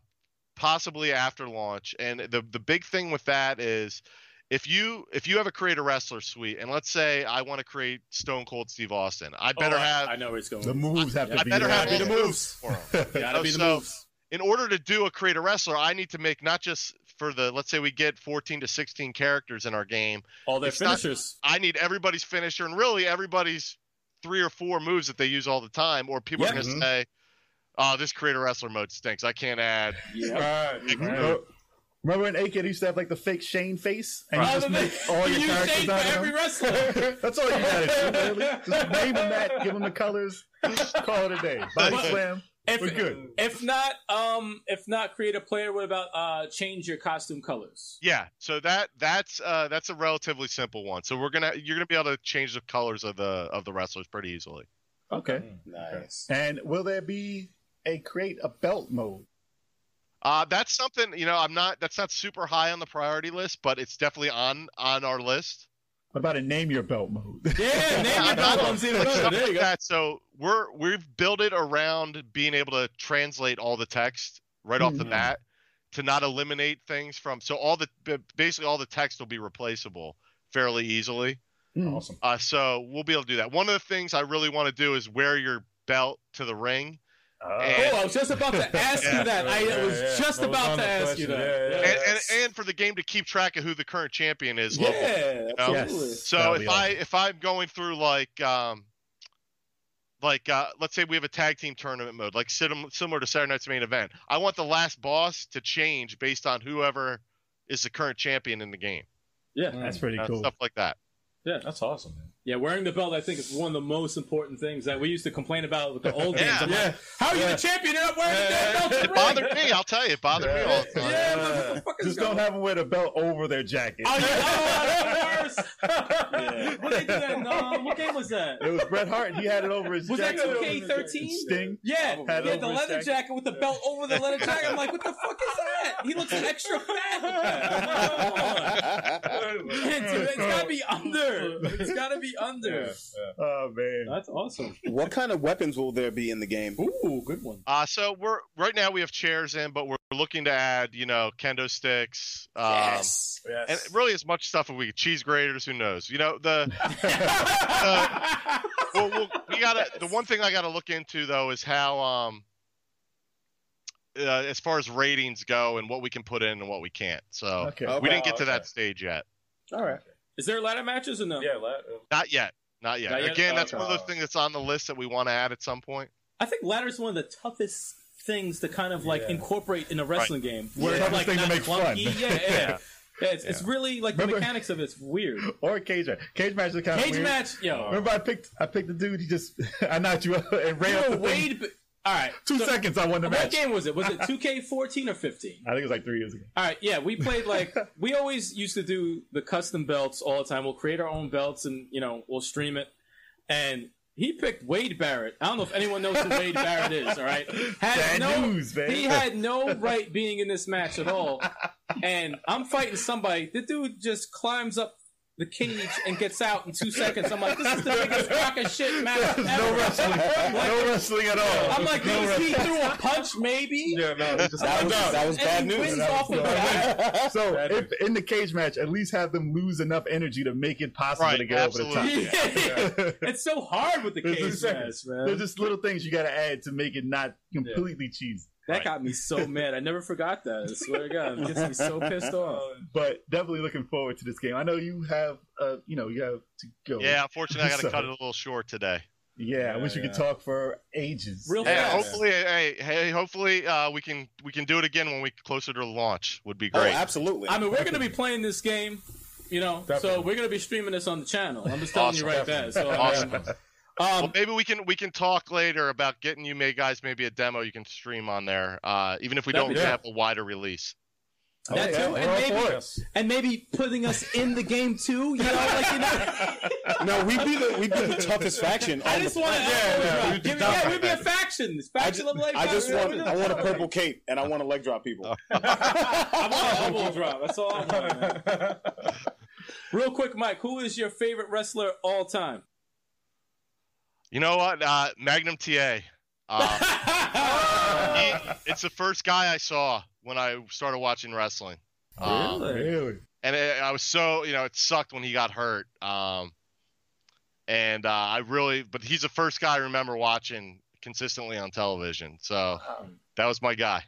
possibly after launch, and the the big thing with that is if you if you have a creator wrestler suite, and let's say I want to create Stone Cold Steve Austin, Oh, I better have
Oh, I know where it's going.
The moves have to
I
be.
better
there.
have all the moves for him.
Gotta be the
So-
moves.
in order to do a creator wrestler, I need to make not just for the let's say we get 14 to 16 characters in our game.
All their
It's not-
finishers.
I need everybody's finisher and really everybody's three or four moves that they use all the time, or people
Yeah. Mm-hmm.
are going to
Mhm.
say, "Oh, this creator wrestler mode stinks. I can't add."
Remember- Remember in AK, they used to have like the fake Shane face, and you
Other
just
than
make all your
you
characters
change for
out of
every
them?
wrestler.
That's all you gotta do. Really. Just name them that, give them the colors, call it a day. Body
But-
slam.
If,
We're good.
If not, um, if not, create a player. What about uh, change your costume colors?
Yeah, so that that's uh, that's a relatively simple one. So we're gonna you're gonna be able to change the colors of the of the wrestlers pretty easily.
Okay.
Nice.
And will there be a create a belt mode?
Uh, that's something you know. I'm not that's not super high on the priority list, but it's definitely on on our list.
What about a name your belt mode?
Yeah, name your
I'm not-
problems even
like,
better.
stuff
There you
like
go.
that. So we're we've built it around being able to translate all the text right off the
Mhm.
bat to not eliminate things from. So all the b- basically all the text will be replaceable fairly easily.
Oh,
Awesome.
Uh, so we'll be able to do that. One of the things I really want to do is wear your belt to the ring.
Oh,
and,
I was just about to ask
Yeah,
you that. I
yeah,
was
yeah.
just
That was
about
on
to
the
ask you
question. Yeah,
that.
yeah,
and, and and for the game to keep track of who the current champion is.
Yeah,
Local. know?
absolutely.
So
That'll
if
be
I if I'm going through like um like uh, let's say we have a tag team tournament mode, like sim- similar to Saturday Night's main event, I want the last boss to change based on whoever is the current champion in the game,
Yeah,
Mm.
That's pretty
uh,
cool.
stuff like that.
That's awesome, man.
yeah. Wearing the belt, I think, is one of the most important things that we used to complain about with the old
Yeah.
games. I'm like, how are you the champion? You're not wearing the damn belt. to
It
the
bothered
ring?"
me, I'll tell you, it bothered me all the time.
Yeah, I'm like, what the fuck is
Just
going
don't have them wear the belt over their jacket.
Oh, yeah. Oh, that's the worst. What did they do that? in, um, what game was that?
It was Bret Hart, and he had it over his
Was that
jacket.
2K13?
Sting.
Yeah,
Probably.
he had
Had
the
over his
leather
jacket.
jacket. with the belt over the leather jacket. I'm like, what the fuck is that? He looks extra fat. with that. it's gotta be under. It's gotta be under.
Oh man.
That's awesome.
What kind of weapons will there be in the game?
Ooh, good one.
Uh, so we're right now we have chairs in, but we're looking to add, you know, kendo sticks, um,
yes.
and really as much stuff as we cheese graters. Who knows? You know the. Uh, well, we'll, we gotta. The one thing I gotta look into though is how, um, uh, as far as ratings go, and what we can put in and what we can't. So
Okay.
Okay.
we didn't get to
Okay.
that stage yet.
All right.
Is there ladder matches or no?
Yeah. Let,
Not yet. Not yet.
Not yet?
Again, that's
Okay.
one of those things that's on the list that we want to add at some point.
I think ladder's one of the toughest things to kind of like
Yeah.
incorporate in a wrestling game. Where
Toughest
like
thing to
not
make fun.
clunky. Yeah, yeah. yeah. it's, it's really like the
Remember-
mechanics of it's weird.
Or a cage match. Cage match is kind of
Cage
weird.
match, yo.
Remember I picked I picked the dude. He just I knocked you up and ran. up
Yo,
the thing.
Wade. B- All right.
Two
so
seconds. I won the
What
match.
game was it? Was it 2K14 or 15?
I think it was like three years ago.
All right, yeah, we played like we always used to do the custom belts all the time. We'll create our own belts and you know we'll stream it. And he picked Wade Barrett. I don't know if anyone knows who Wade Barrett is. All right, had
Bad
no,
news, man.
he had no right being in this match at all. And I'm fighting somebody. The dude just climbs up the cage and gets out in two seconds. I'm like, this is the biggest rock of shit match ever.
No wrestling. no wrestling at all.
I'm like,
no
was he
wrestling.
threw a punch maybe?
yeah. No. it's Just,
That was, that was
And
bad
he
news.
wins off of that.
So if, in the cage match, at least have them lose enough energy to make it possible
Right,
to get over the
absolutely.
top.
Yeah. it's so hard with the
There's
cage
just seconds.
match, man.
There's just little things you got to add to make it not completely cheesy.
that
Right.
got me so mad. I never forgot that. I swear to God, it gets me so pissed off.
But definitely looking forward to this game. I know you have, uh, you know, you have to go.
Yeah, unfortunately, I got to
So-
cut it a little short today.
yeah. I wish we
Yeah,
could talk for ages.
Real
Hey,
fast.
hopefully, hey, hey, hopefully, uh, we can we can do it again when we closer to launch. Would be
Oh,
great.
absolutely.
I mean, we're going to be playing this game, you know, so
Definitely.
we're going to be streaming this on the channel. I'm just telling you right there. So,
awesome.
um,
Well, maybe we can we can talk later about getting you may guys maybe a demo you can stream on there, uh, even if we
That'd
don't
be
have a wider release.
that too,
we're
and
all
maybe,
for it.
yes.
and maybe putting us in the game too. You know, like you know,
no, we'd be the we'd be the toughest faction.
I
on
just
the-
want to. Yeah,
we'd
we'd
be
be,
down
yeah,
for
we'd be a faction. It's
I
faction
just,
of life.
I just
faction.
want I want a purple cape and I want to leg drop
Oh.
people.
I want an elbow drop. That's all I want. man. Real quick, Mike, who is your favorite wrestler all time?
You know what? Uh, Magnum TA. Uh, he- it's the first guy I saw when I started watching wrestling. Um,
Really?
and it, I was so you know it sucked when he got hurt. Um, and uh, I really, but he's the first guy I remember watching consistently on television. So that was my guy.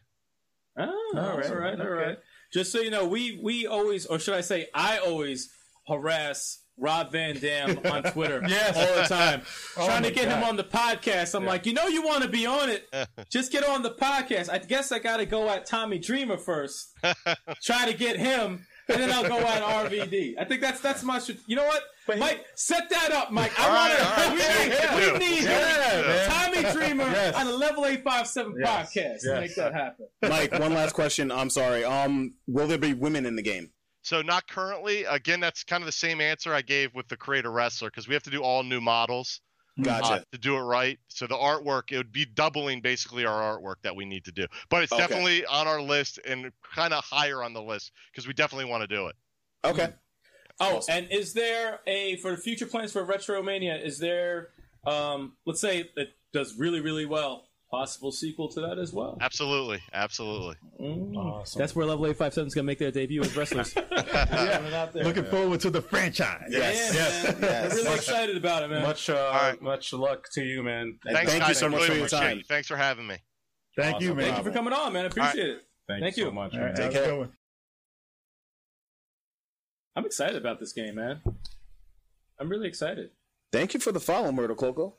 Oh, all right,
right,
all right, all
okay.
right. Just so you know, we we always, or should I say, I always harass Rob Van Dam on Twitter all the time,
Oh
trying to get him on the podcast. I'm like, you know, you want to be on it, just get on the podcast. I guess I got to go at Tommy Dreamer first, try to get him. And then I'll go at RVD. I think that's that's my. str- You know what, Mike? Set that up, Mike. I
All
want
right, all right.
to.
Yeah,
We need, we need
yeah.
Tommy Dreamer on the Level Eight Five Seven
Yes,
podcast to
yes.
make that happen.
Mike, one last question. I'm sorry. Um, will there be women in the game?
So not currently. Again, that's kind of the same answer I gave with the creator wrestler because we have to do all new models
Mm-hmm.
uh,
Gotcha.
to do it right. So the artwork it would be doubling basically our artwork that we need to do, but it's
Okay.
definitely on our list and kind of higher on the list because we definitely want to do it.
Okay.
Oh,
Awesome.
and is there a for the future plans for Retromania? Is there, um, let's say it does really really well, possible sequel to that as well? Mm.
Absolutely, absolutely.
Awesome.
That's where Level Eight Five Seven is going to make their debut as wrestlers.
Looking forward to the franchise.
Yes.
yes, man.
Yes.
We're really excited about it, man.
much uh,
right.
much luck to you, man.
And
Thanks,
thank you
guys.
so
I
much
really
for your
appreciate
time.
you. Thanks for having me.
Thank you,
Awesome.
man.
Thank you for coming on, man. I appreciate it. Thank
you so
you.
much.
All right,
man.
have a
care.
good one.
I'm excited about this game, man. I'm really excited.
Thank you for the follow, Murder Cloco.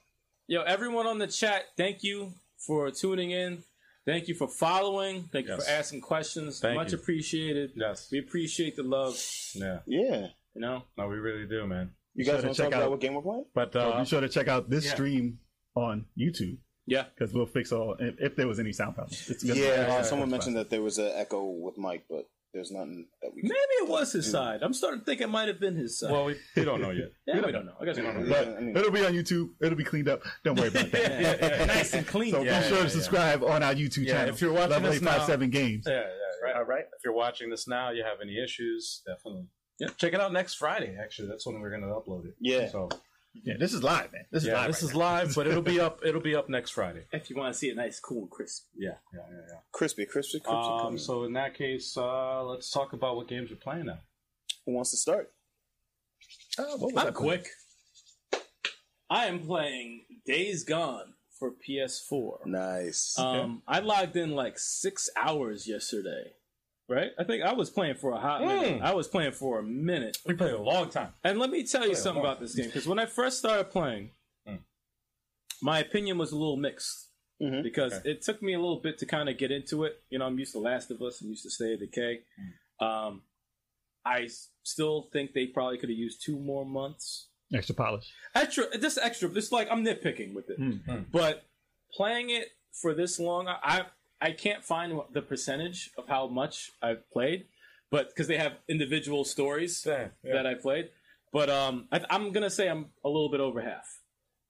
Yo, everyone on the chat, thank you for tuning in. Thank you for following. Thank you
Yes.
for asking questions.
Thank
Much
you.
appreciated.
Yes.
We appreciate the love.
Yeah.
Yeah.
You know,
No, we really do, man.
You
Sure
guys
to
want to
check
talk about
out-
what game we're playing?
But
So
uh,
be sure to check out this
yeah.
stream on YouTube
yeah.
because we'll fix all if, if there was any sound problems. It's
Yeah.
gonna-
uh, someone
it's
mentioned that there was an echo with Mike, but there's nothing that we.
Maybe it was his side. I'm starting to think it might have been his side.
well, we, we don't know yet.
yeah, we don't, know. I guess we don't
fine.
know.
Yeah, I
But
mean-
it'll be on YouTube. It'll be cleaned up. Don't worry about that.
nice and clean.
So
yeah.
be sure to subscribe on our YouTube
Yeah,
channel.
if you're watching
Level
us now-
857 Games.
Yeah, yeah, right. All right. If you're watching this now, you have any issues, definitely Check it out next Friday. Actually, that's when we're going to upload it.
Yeah.
So
Yeah, this is live, man. This is
yeah,
live.
this
right
is live, but it'll be up. It'll be up next Friday.
If you want to see it nice, cool, and crisp.
Yeah, yeah, yeah. yeah.
Crispy, crispy, crispy.
Um,
crispy.
so in that case, uh, let's talk about what games we're playing now.
Who wants to start?
now. Oh, what was
I'm
that play?
quick. I am playing Days Gone for PS4.
Nice.
Um, I logged in like six hours yesterday. Right? I think I was playing for a hot minute. I was playing for a minute.
We played a long time.
And let me tell you
Yeah,
something
why?
about this game because when I first started playing,
Mm.
my opinion was a little mixed
Mhm.
because it took me a little bit to kind of get into it. You know, I'm used to Last of Us, I'm used to State of Decay. Um, I s- still think they probably could have used two more months.
Extra polish.
Extra, just extra, just like I'm nitpicking with it.
Mm.
Mm.
But playing it for this long, I I- I can't find what- the percentage of how much I've played, but because they have individual stories
Yeah, yeah.
that I played. But um, I, I'm gonna say I'm a little bit over half.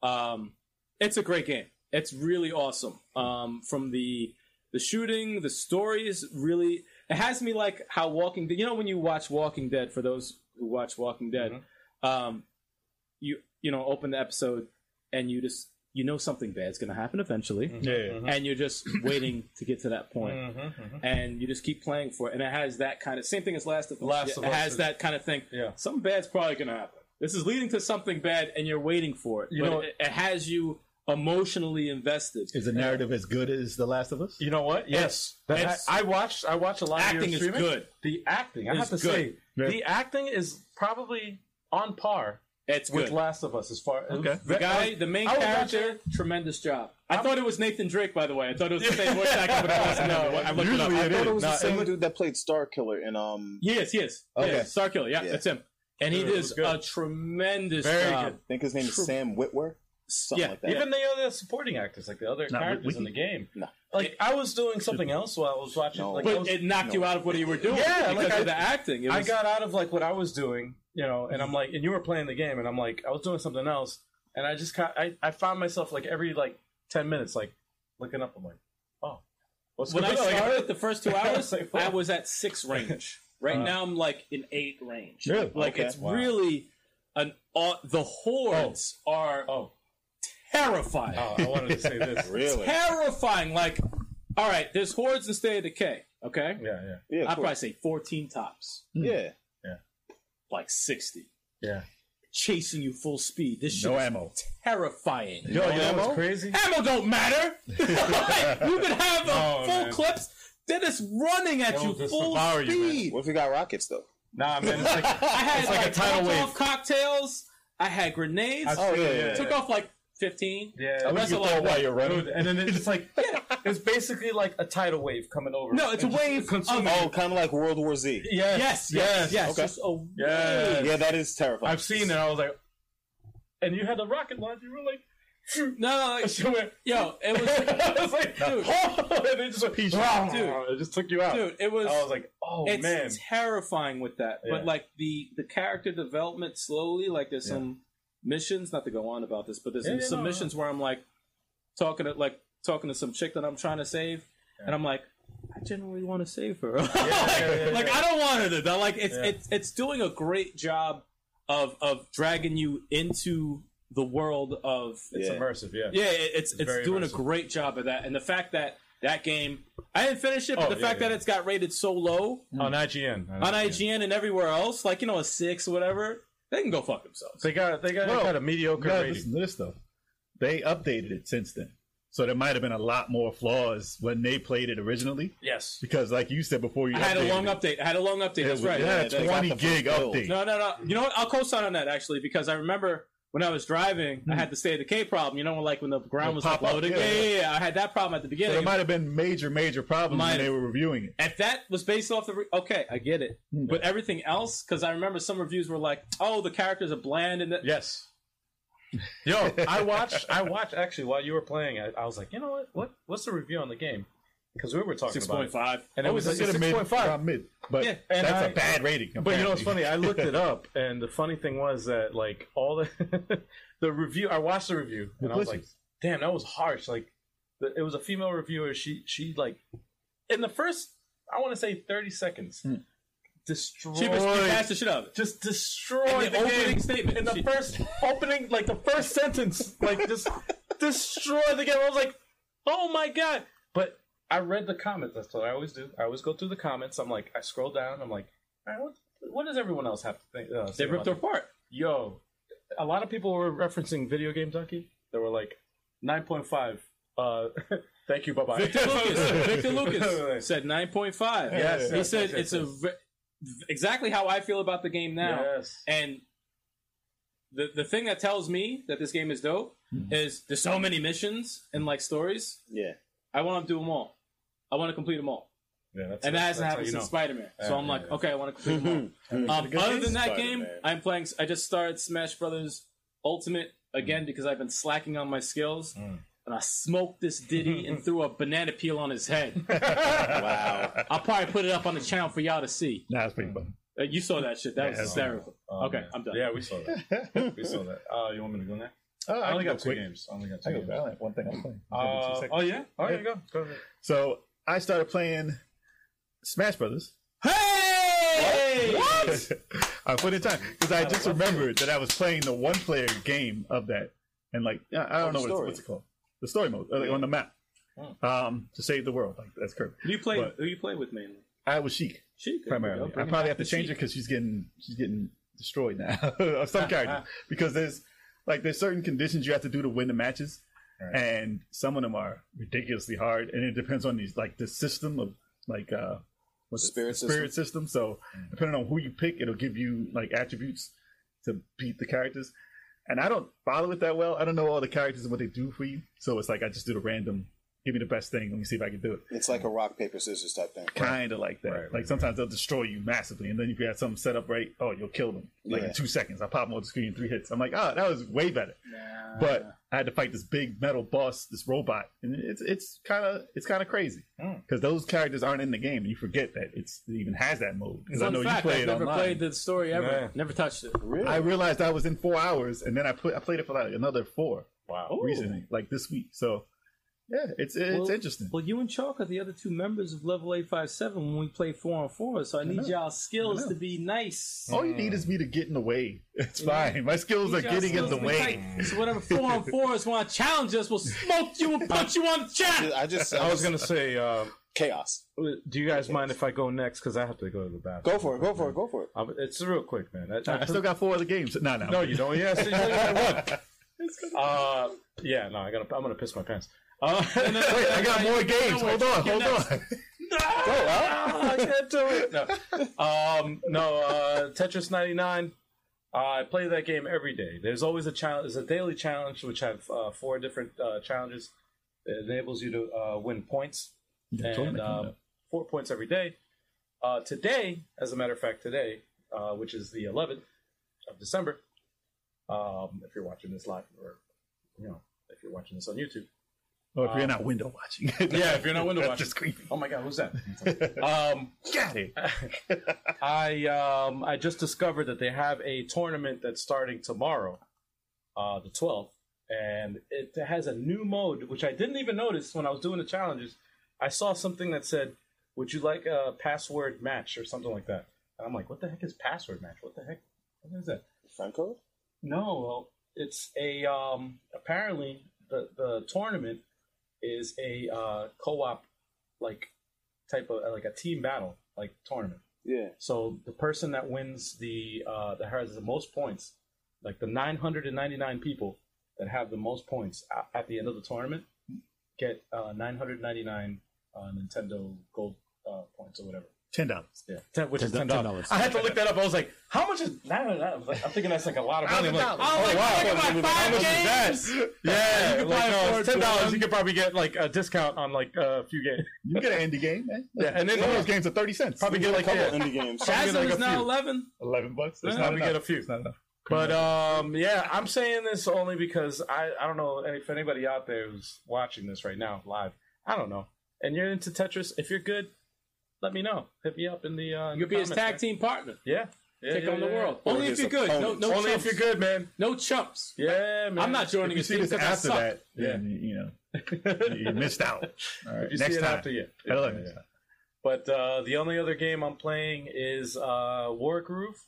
Um, it's a great game. It's really awesome. Um, from the the shooting, the story is really. It has me like how Walking Dead. You know when you watch Walking Dead. For those who watch Walking Dead,
Mm-hmm.
um, you you know open the episode and you just you know something bad's gonna happen eventually,
Mm-hmm.
Yeah.
and you're just waiting to get to that point
Mhm, mhm.
and you just keep playing for it. And it has that kind of same thing as Last of Us.
Last of
it
Us
has
is-
that kind of thing.
Yeah.
something bad's probably gonna happen. This is leading to something bad, and you're waiting for it.
You
but
know-
it, it has you emotionally invested.
Is the narrative as good as The Last of Us?
You know what? Yes, That-
It's-
I, I watched. I watched a lot of
Acting
your
is
streaming.
good.
The acting, I
Is
have to
good.
say, the acting is probably on par
It's
with
good.
Last of Us as far.
Okay.
the guy, the main
I would watch
character, tremendous job. I thought it was Nathan Drake, by the way. I thought it was the same voice actor. But it wasn't.
No,
I looked
usually it is.
it up.
Thought it was
no,
the same
it was-
dude that played Star Killer in um.
Yes, yes.
Okay.
yes. Starkiller. Yeah,
Yeah.
that's him. And he
Dude, it was
is
good.
a tremendous
Very
job.
good.
I think his name is
True.
Sam Whitwer. Something
Yeah,
like that.
Even the other supporting actors, like the other
No, we-
characters
we
in the game.
No.
Like I was doing something else while I was watching.
No.
Like, I,
But
was-
it knocked you out of what you were doing
Yeah,
because
like I-
of the acting. It
I
was,
got out of like what I was doing, you know, and I'm like, and you were playing the game, and I'm like, I was doing something else, and I just ca- I I found myself like every like ten minutes, like looking up. I'm like, oh, what's
when I
going on? Like,
started the first two hours,
Like, what?
I was at six range. Right now, I'm like in eight range.
Really?
Like
Okay.
it's
Wow.
really an aw- the hordes are
oh,
terrifying,
oh, I wanted to say this.
Really?
terrifying. Like, all right, there's hordes in State of Decay. Okay,
Yeah, yeah,
Yeah.
I'd
cool.
probably say 14 tops,
Yeah.
like 60,
yeah.
chasing you full speed. This shit
No
is
ammo.
terrifying.
Yo, you know
ammo?
what's crazy?
ammo don't matter. Like, you could have
No,
uh, full
man.
clips. They're just running at
They'll
you
just
full
devour you, man.
speed.
What if we got rockets though?
Nah, man, it's like
I had
like a
like,
tidal
Molotov
wave.
cocktails. I had grenades.
I-
Oh, yeah, yeah,
took off like fifteen.
Yeah,
I
That's
wish
a
you
lot.
thought while you're running.
Dude, and then it's just like it's basically like a tidal wave coming over.
No, it's a
And just
wave
consuming.
of-
Oh,
Oh, kind of like World War Z.
yes,
Yes, yes, yes.
Okay.
Just a
Yes.
wave.
Yeah, that is terrifying.
I've seen it. I was like, and you had the rocket launcher. You were like, shoot.
No, no, like,
She went,
yo, it was,
I was like,
Dude.
oh, and it just went,
Peace.
it just took you out.
dude, it was.
I was like, oh
it's
man,
terrifying with that.
Yeah.
But like the the character development slowly, like there's
Yeah.
some missions, not to go on about this, but there's
Yeah, yeah,
some
no, no.
missions where I'm like talking to like talking to some chick that I'm trying to save, and I'm like, I generally want to save her. like
yeah, yeah,
like,
yeah.
I don't want her to. die. Like it's
Yeah.
it's it's doing a great job of of dragging you into the world of
it's
Yeah.
immersive. Yeah,
yeah, it, it's it's,
very
doing
immersive.
a great job of that, and the fact that that game, I didn't finish it, but
Oh,
the
yeah,
fact
yeah.
that it's got rated so low
on IGN, on,
on IGN and everywhere else, like you know a six or whatever, they can go fuck themselves.
they got they got, they
Well,
got a mediocre
Yeah,
rating.
listen to this though. They updated it since then, so there might have been a lot more flaws when they played it originally.
Yes,
Because, like you said before, you
I had a
updated
long
it.
update. I had a long update.
It
That's
was-
right.
it
Yeah,
had
that-
a twenty
got the first
gig
build.
update.
No, no, no. You know what? I'll co-sign on that actually because I remember when I was driving, I had the state of decay problem. You know, when, like when the ground
It
was like,
pop up,
loaded. Yeah,
yeah.
yeah, yeah. I had that problem at the
So there
beginning.
might have been major, major problems
Might
when they were reviewing it.
if that was based off the re- okay, I get it. But everything else, because I remember some reviews were like, "Oh, the characters are bland," and that,
yes. Yo, I watched. I watched actually while you were playing. I, I was like, you know what? What what's the review on the game? Because we were talking
six
about it.
point five. Oh,
and it was like
It could've
six
made
point five.
around mid, but
Yeah, and
that's a
I-
bad rating.
But you know what's
apparently.
funny? I looked it up, and the funny thing was that like all the the review. I watched the review, and I was like,
Glitches.
"Damn, that was harsh." Like, the, it was a female reviewer. She she like in the first I want to say thirty seconds destroyed.
She just passed the shit out of it.
just destroyed
And the opening statement.
in the
She-
first opening, like the first sentence, like just destroy the game. I was like, oh my god! But I read the comments. That's what I always do. I always go through the comments. I'm like, I scroll down. I'm like, all right, what, what does everyone else have to think? Uh, say
They ripped
about
her apart.
Yo, a lot of people were referencing video game donkey. They were like, 9.5. Uh, thank you, bye bye.
Victor Lucas. Victor Lucas said 9.5.
Yes,
He
yes,
said
yes, yes,
it's a
yes.
ve- exactly how I feel about the game now.
Yes.
And the the thing that tells me that this game is dope
Mm-hmm.
is there's so many missions and like stories.
Yeah.
I want to do them all. I want to complete them all.
Yeah, that's,
And that
that's
hasn't
how
happened
you
since
know.
Spider Man. So
Yeah,
I'm
yeah,
like,
yeah.
okay, I want to complete them all. um, other than that game,
Spider-Man.
I'm playing. I just started Smash Brothers Ultimate
Mm.
again because I've been slacking on my skills. And I smoked this ditty and threw a banana peel on his head.
Wow.
I'll probably put it up on the channel for y'all to see.
Nah, it's pretty fun.
Uh, you saw that shit. That was
Yeah.
hysterical.
Oh,
okay,
man.
I'm done.
Yeah, we saw that. we saw that. Uh, you want me to go next?
Oh,
I only
can
got two
go quick.
games. I only got two
I go.
games.
I only have one thing I'm playing. I'll give it two
Uh,
seconds.
oh yeah. Oh, there you go. Go ahead.
So I started playing Smash Brothers.
Hey! What?
I put in time because I just remembered that I was playing the one-player game of that, and like I- I don't know what it's,
story.
what's it called, the story mode uh, like, on the map,
Hmm.
um, to save the world. Like that's correct.
who you play?
But-
Who you play with mainly?
I was Sheik
She could
primarily.
go.
I
Bring it
probably
back
have to change her
Sheik.
because she's getting she's getting destroyed now of some characters because there's like there's certain conditions you have to do to win the matches,
Right.
and some of them are ridiculously hard, and it depends on these like the system of like uh what's it,
Spirit
the
system.
spirit system. So depending on who you pick, it'll give you like attributes to beat the characters. And I don't follow it that well. I don't know all the characters and what they do for you. So it's like I just did a random, give me the best thing. Let me see if I can do it
It's like a rock, paper, scissors type thing.
kind of like that.
Right,
like
right,
sometimes they'll destroy you massively, and then if you have something set up right, oh, you'll kill them like
Yeah.
in two seconds. I pop them on the screen, three hits. I'm like, oh, that was way better.
Uh.
But I had to fight this big metal boss, this robot, and it's it's kind of it's kind of crazy
Hmm.
Mm.
because those characters aren't in the game, and you forget that it's it even has that mode. Because I
Fun
know
fact,
you play
I've
it
never
online.
played the story ever.
Yeah.
Never touched it.
Really?
I realized I was in four hours, and then I put I played it for like another four
Wow.
recently, like this week. So yeah, it's it's
Well-
interesting.
Well, you and Chalk are the other two members of Level 857 when we play 4 on 4, so I need y'all's skills to be nice.
All you need is me to get in the way. It's fine. My skills are
Need y'all's
getting in
skills
the
to be
way.
tight. So whatever 4 on 4s want to challenge us, we'll smoke you and put you on the channel.
I just.
I was gonna say, uh,
chaos.
do you guys mind if I go next? Because I have to go to the bathroom.
Go for it. Go for it. Go for it.
Um, it's real quick, man. I- I-
I still got four other games. No, no.
no, you don't. Yeah, so you only got one. Uh, yeah, no, I gotta. I'm gonna piss my pants. Uh,
Wait, I got more games. Hold on, hold on.
Oh, I can't do it. No, um, no uh, Tetris 99. Uh, I play that game every day. There's always a challenge. There's a daily challenge which have uh, four different uh, challenges. It enables you to uh, win points and uh, four points every day. Uh, today, as a matter of fact, today, uh, which is the 11th of December, um, if you're watching this live or you know if you're watching this on YouTube.
Or Oh, if you're not window watching.
uh, Yeah, if you're not window
That's
watching.
just creepy.
Oh my God, who's that? um,
Got it.
I um I just discovered that they have a tournament that's starting tomorrow, uh the twelfth, and it has a new mode which I didn't even notice when I was doing the challenges. I saw something that said, "Would you like a password match or something like that?" And I'm like, "What the heck is password match? What the heck? What is that?"
Franco?
No, well, it's a um apparently the the tournament is a uh co-op like type of like a team battle like tournament.
Yeah.
So the person that wins the uh, that has the most points, like the 999 people that have the most points a- at the end of the tournament, get uh, 999 uh, Nintendo Gold uh, points or whatever.
Ten dollars.
Yeah, ten, which is
Ten
ten
do-
dollars. I had to look that up. I was like, how much is 999? I was like, I'm thinking that's like a lot of money. I'm like,
$1,000.
oh,
like,
wow.
look at my
How
five
much is that? Yeah,
You can
like,
buy
no,
four
it's ten
to
dollars.
one.
You could probably get like a discount on like a few games.
You get an indie game, man. Yeah,
and then-
all those games are thirty cents.
Probably get like
Couple
yeah,
indie games.
Probably get,
Chasm
like,
is
a
now
few.
11.
eleven bucks. That's
Probably Eh,
not
get a
enough.
few.
It's not enough.
But um, yeah, I'm saying this only because I, I don't know if anybody out there who's watching this right now live. I don't know, and you're into Tetris. If you're good, let me know. Hit me up in the. Uh, in
You'll
the
be his
comments,
tag
man.
team partner.
Yeah, yeah
Take
yeah,
on the
yeah.
world.
Or
Only if
his
you're good. No,
opponent.
no
Only
chumps.
if you're good, man.
No chumps.
Yeah, man.
I'm not joining
If you
a
see
team
this
because I
after
suck.
that, then you, you know you you missed out. All right,
If you
next
see it
time.
after you.
I love
Yeah,
it.
yeah. But uh, the only other game I'm playing is uh, Wargroove,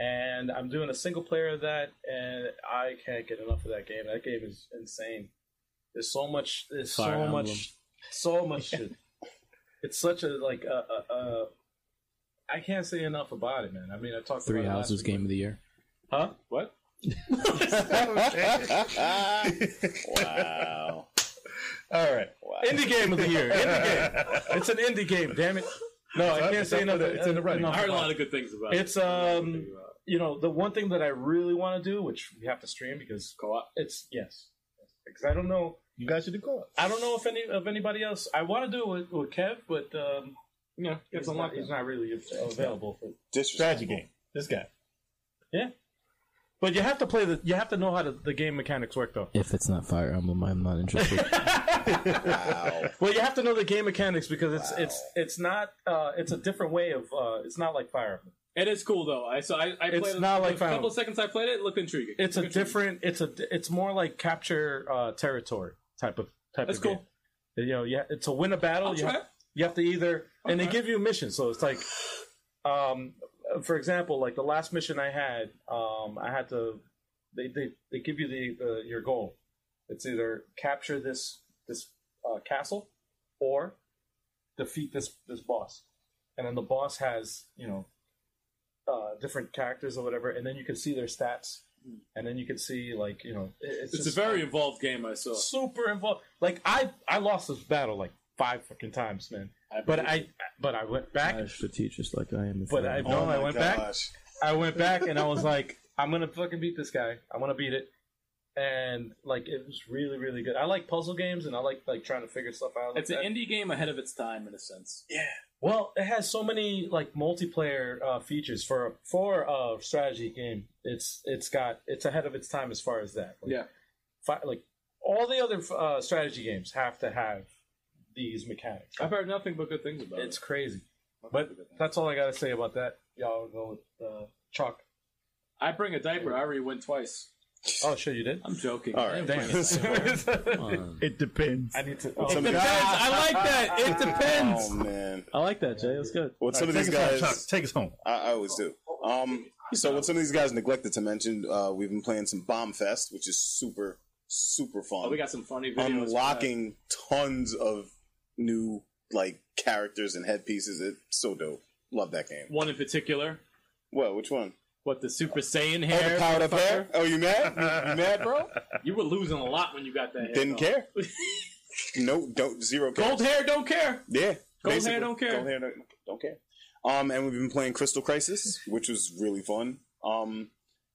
and I'm doing a single player of that, and I can't get enough of that game. That game is insane. There's so much. There's
Fire
so
Emblem.
much. So much shit. It's such a like a, a, a. I can't say enough about it, man. I mean, I talked
Three
about it
Houses
last week,
Game of the Year.
but- Huh? What?
wow.
All right. Indie game of the year. Indie game. It's an indie game. Damn it. No, I can't say enough.
It's in the running.
enough
I heard a
about
lot
it.
of good things about it.
It's um, you know, the one thing that I really want to do, which we have to stream because
Co-op?
It's yes, because I don't know.
You guys should do co-op.
I don't know if any of anybody else. I want to do it with, with Kev, but um, you know, he's not, he's not really available for.
Strategy game. This guy.
But you have to play the. You have to know how the, the game mechanics work, though.
If it's not Fire Emblem, I'm not interested.
Wow.
Well, you have to know the game mechanics because it's it's it's not. Uh, it's a different way of. Uh, it's not like Fire Emblem.
It is cool though. I so I, I
It's
played it-
not like
a
Final-
couple of seconds I played it, it looked intriguing.
It's a
Looked intriguing.
different. It's a. It's more like capture uh, territory type of type
That's
of game.
cool.
You know, yeah, to win a battle,
I'll
you
try
have,
it.
you have to either, and they
Okay.
give you missions. So it's like, um, for example, like the last mission I had, um, I had to, they, they, they give you the, the your goal. It's either capture this this uh, castle, or defeat this this boss, and then the boss has you know, uh, different characters or whatever, and then you can see their stats, and then you can see like you know, it- it's,
Hmm. It's
just-
a very involved game I saw.
super involved. Like I, I lost this battle like five fucking times, man.
I
But
believe
I, but I went back.
I'm strategic just like I am. in
But
Fire
I
Emblem.
no,
Oh
I
my
went back. I went back, and I was like, I'm gonna fucking beat this guy. I'm gonna beat it. And like it was really, really good. I like puzzle games, and I like like trying to figure stuff out. like
It's an
that.
indie game ahead of its time in a sense.
well, it has so many like multiplayer uh, features for for a strategy game. It's it's got it's ahead of its time as far as that. Like,
Yeah.
fi- like all the other uh, strategy games have to have these mechanics.
I've heard nothing but good things about
It's
it.
crazy. But that's all I gotta say about that. Y'all go with uh, chalk.
I bring a diaper. I already went twice.
Oh, sure you did.
I'm joking.
All right,
I didn't
Damn.
bring a diaper.
It depends.
I need to. Oh,
Some of these-
I like that. It
oh
depends.
man.
I like that, Jay. That's good.
What some
All
of
right,
these
take us home,
guys
Chuck. Take us home.
I, I always do. Um, so what some of these guys neglected to mention, uh, we've been playing some Bomb Fest, which is super, super fun.
Oh, we got some funny videos. for
Unlocking tons of new like characters and headpieces. It's so dope. Love that
that.
game.
One in particular.
Well, which one?
What the Super Saiyan
Oh, the
hair?
powered up
motherfucker.
hair. Oh, you mad? You, you mad, bro?
You were losing a lot when you got that. Hair,
Didn't
though.
care. No, don't zero. Cares.
Gold hair don't care.
Yeah.
Gold hair
basically.
don't care.
Gold hair don't, don't care. Um, and we've been playing Crystal Crisis, which was really fun. Um,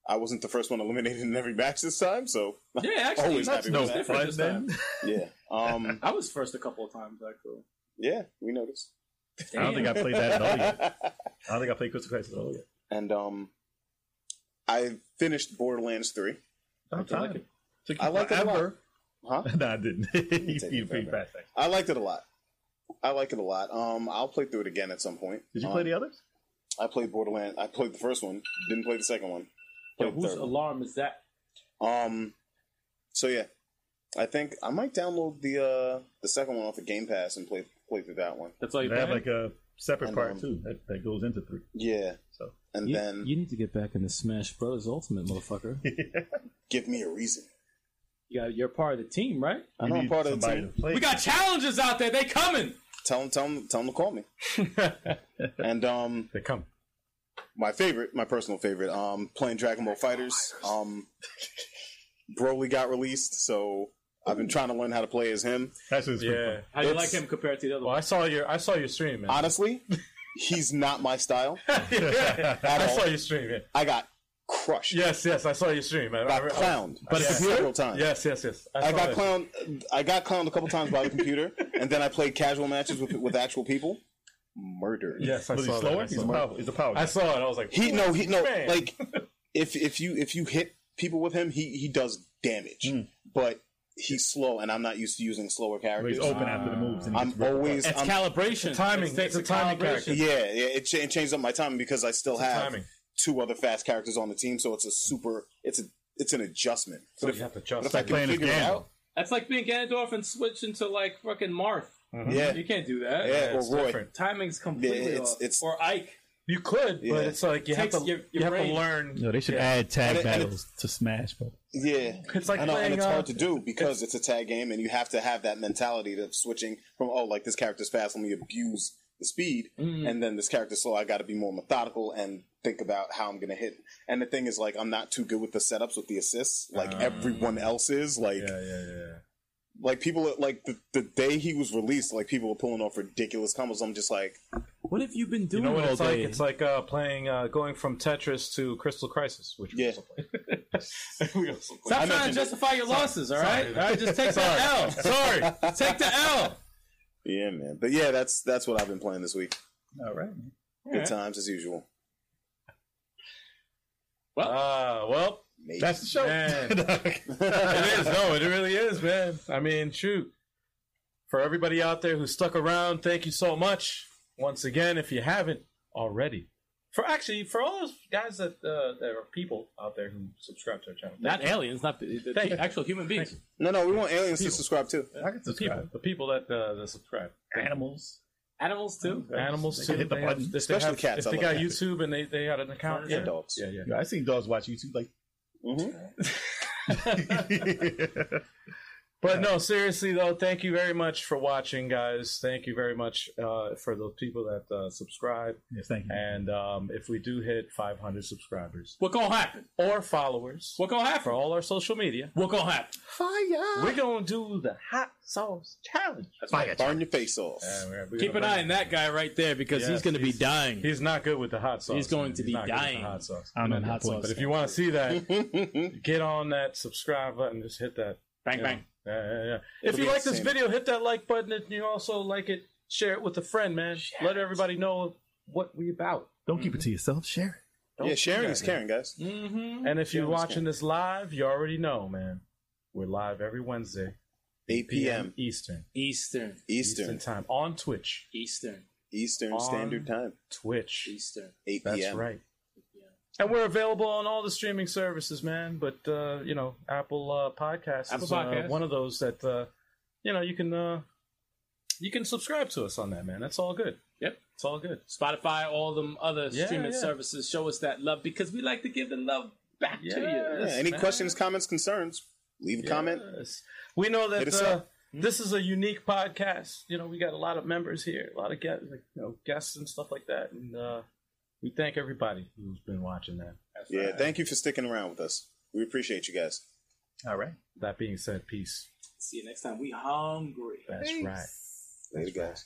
I wasn't the first one eliminated in every match this time, so
Yeah, actually,
Always
that's
happy
No
with
was different
fun
this time.
then.
yeah. Um,
I was first a couple of times actually.
yeah, we noticed.
I don't
Damn.
think I played that at all yet. I don't think I played Crystal Crisis at all yet.
and um, I finished Borderlands Three.
About
you like
time.
it?
Took you
I liked it a
forever.
lot. Huh?
no, I didn't. you
take
you
it
pretty
forever.
fast. Actually.
I liked it a lot. I like it a lot. Um, I'll play through it again at some point.
Did you
Um,
play the others?
I played Borderlands. I played the first one. Didn't play the second one.
Yo,
Played the
whose
third one.
alarm is that?
Um, so yeah, I think I might download the uh the second one off the Game Pass and play play through that one.
That's all you
they have
playing?
like a separate
And,
part
um,
too that, that goes into three.
Yeah.
So
And
You,
then
you need to get back into Smash Brothers Ultimate, motherfucker.
give me a reason.
You got, you're part of the team, right?
I
you
know I'm
need
part of the
somebody
team.
to play.
We got challenges out there. They coming.
Tell them, tell them, tell them to call me. and um,
they come.
my favorite, my personal favorite, um, playing Dragon Ball Fighters. Um, Broly got released, so I've been trying to learn how to play as him.
That's what's
Yeah.
How do you like
It's-
him compared to the other
Well,
one?
I saw your I saw your stream, man.
Honestly, he's not my style.
I
all.
saw your stream. Yeah.
I got crushed.
Yes, yes, I saw your stream, man. I,
Got
re-
clowned
But it's
several times.
yes, yes, yes.
I
saw
got
it.
clowned. I got clowned a couple times by the computer, and then I played casual matches with with actual people. Murdered.
Yes, I
Was
saw
he slower?
That. I
He's a
saw it.
power. He's a power.
I saw it. I was like,
He no he no
Man.
like if if you if you hit people with him, he he does damage, but he's slow, and I'm not used to using slower
Where
characters.
he's open after the moves. And he
I'm
gets ripped
always
It's
I'm,
calibration.
Um, timing.
It's- it's
It's a timing character.
calibration.
yeah yeah. It, cha- it changed up my timing because I still have
timing.
two other fast characters on the team, so it's a super it's a it's an adjustment.
So you have to
But
adjust.
if I
playing
can
as
figure it
Gandalf.
out,
That's like being Ganondorf and switching to like fucking Marth.
Yeah.
You can't do that.
Yeah,
it's
or Roy.
different.
Timing's completely
Yeah, it's-
off.
it's-
or Ike.
You could,
Yeah.
but it's like you have
Takes
to
your-
you
your
have to
brain.
learn.
No, they should
Yeah.
add
And
tag
it- and it-
battles to Smash, but
Yeah.
It's like
I know, and
playing,
it's
uh,
hard to do because it's a tag game, and you have to have that mentality of switching from oh, like this character's fast, let me abuse the speed,
Mm-hmm.
and then this character's slow. I got to be more methodical and think about how I'm going to hit. And the thing is, like, I'm not too good with the setups with the assists, like everyone else is. Like,
Uh. Yeah, yeah, yeah.
like people like the, the day he was released, like people were pulling off ridiculous combos. I'm just like,
What have you been
You
doing
know what
all
it's like?
day?
It's like uh, playing, uh, going from Tetris to Crystal Crisis, which we
Yeah.
also played. we also played.
Stop
I
trying to
mentioned it.
justify your losses, all right? All right, just take the
Sorry.
L. Take the L.
yeah, man. But yeah, that's that's what I've been playing this week.
all right.
Good times as usual.
Ah, well,
Maybe.
That's the show.
Man. it is. No, it really is, man. I mean, shoot. For everybody out there who stuck around, thank you so much once again. If you haven't already, for actually for all those guys that uh, there are people out there who subscribe to our channel,
not aliens, not the,
Thank you.
actual human beings.
no, no, we want aliens to subscribe too.
I can
the people,
subscribe.
the people that uh, that subscribe,
Animals.
Animals too.
animals
They
too.
can hit the
they have-
button.
if they
Especially
have-
cats,
If
I
they
love
got
cats.
YouTube and they, they had an account,
Yeah,
yeah,
dogs.
yeah, yeah.
Yeah, I've seen dogs watch YouTube like.
Mhm.
But no, seriously though, thank you very much for watching, guys. Thank you very much uh, for those people that uh, subscribe.
yes, thank you.
And um, if we do hit 500 subscribers
What gonna happen?
or followers
What gonna
for
happen?
all our social media,
What gonna happen?
we're going to do the hot sauce challenge.
Fire.
Burn your face off.
Yeah, we're- we're
Keep an
gonna-
eye on that guy right there because
Yes,
he's gonna be
he's-
dying.
He's not good with the hot sauce.
He's going
man.
to be
not good with the
dying.
hot sauce.
I don't know
But
hot sauce.
But if you want to see that, get on that subscribe button. Just hit that.
Bang
you
bang.
know. Yeah, yeah, yeah.
It'll
If you
be
like this
entertaining.
video, hit that like button. And you also like it, share it with a friend, man. Let everybody know what we about.
Don't keep it to yourself. Share
yeah, sharing is caring, guys.
And if you're
Yeah, let's
watching this live, you already know, man. We're live every Wednesday,
8 p.m.
Eastern.
Eastern.
Eastern
Eastern
time on Twitch.
Eastern.
Eastern
On-
Standard Time.
Twitch.
Eastern.
8 p.m.
That's right. And we're available on all the streaming services, man. But uh, you know, Apple uh, Podcasts
Apple
is uh,
Podcasts.
one of those that uh, you know you can uh, you can subscribe to us on that, man. That's all good.
Yep.
It's all good.
Spotify, all them other
Yeah,
streaming
yeah.
services show us that love because we like to give the love back to you.
Yeah,
Yes,
any
man.
questions, comments, concerns? Leave a comment.
Yes. We know
Hit
that
us
uh,
up.
this is a unique podcast. You know, we got a lot of members here, a lot of guests, like, you know, guests and stuff like that. And uh, we thank everybody who's been watching that.
Yeah, thank you for sticking around with us. We appreciate you guys.
it. All right.
That being said, peace.
See you next time. We hungry.
That's right.
Later, guys.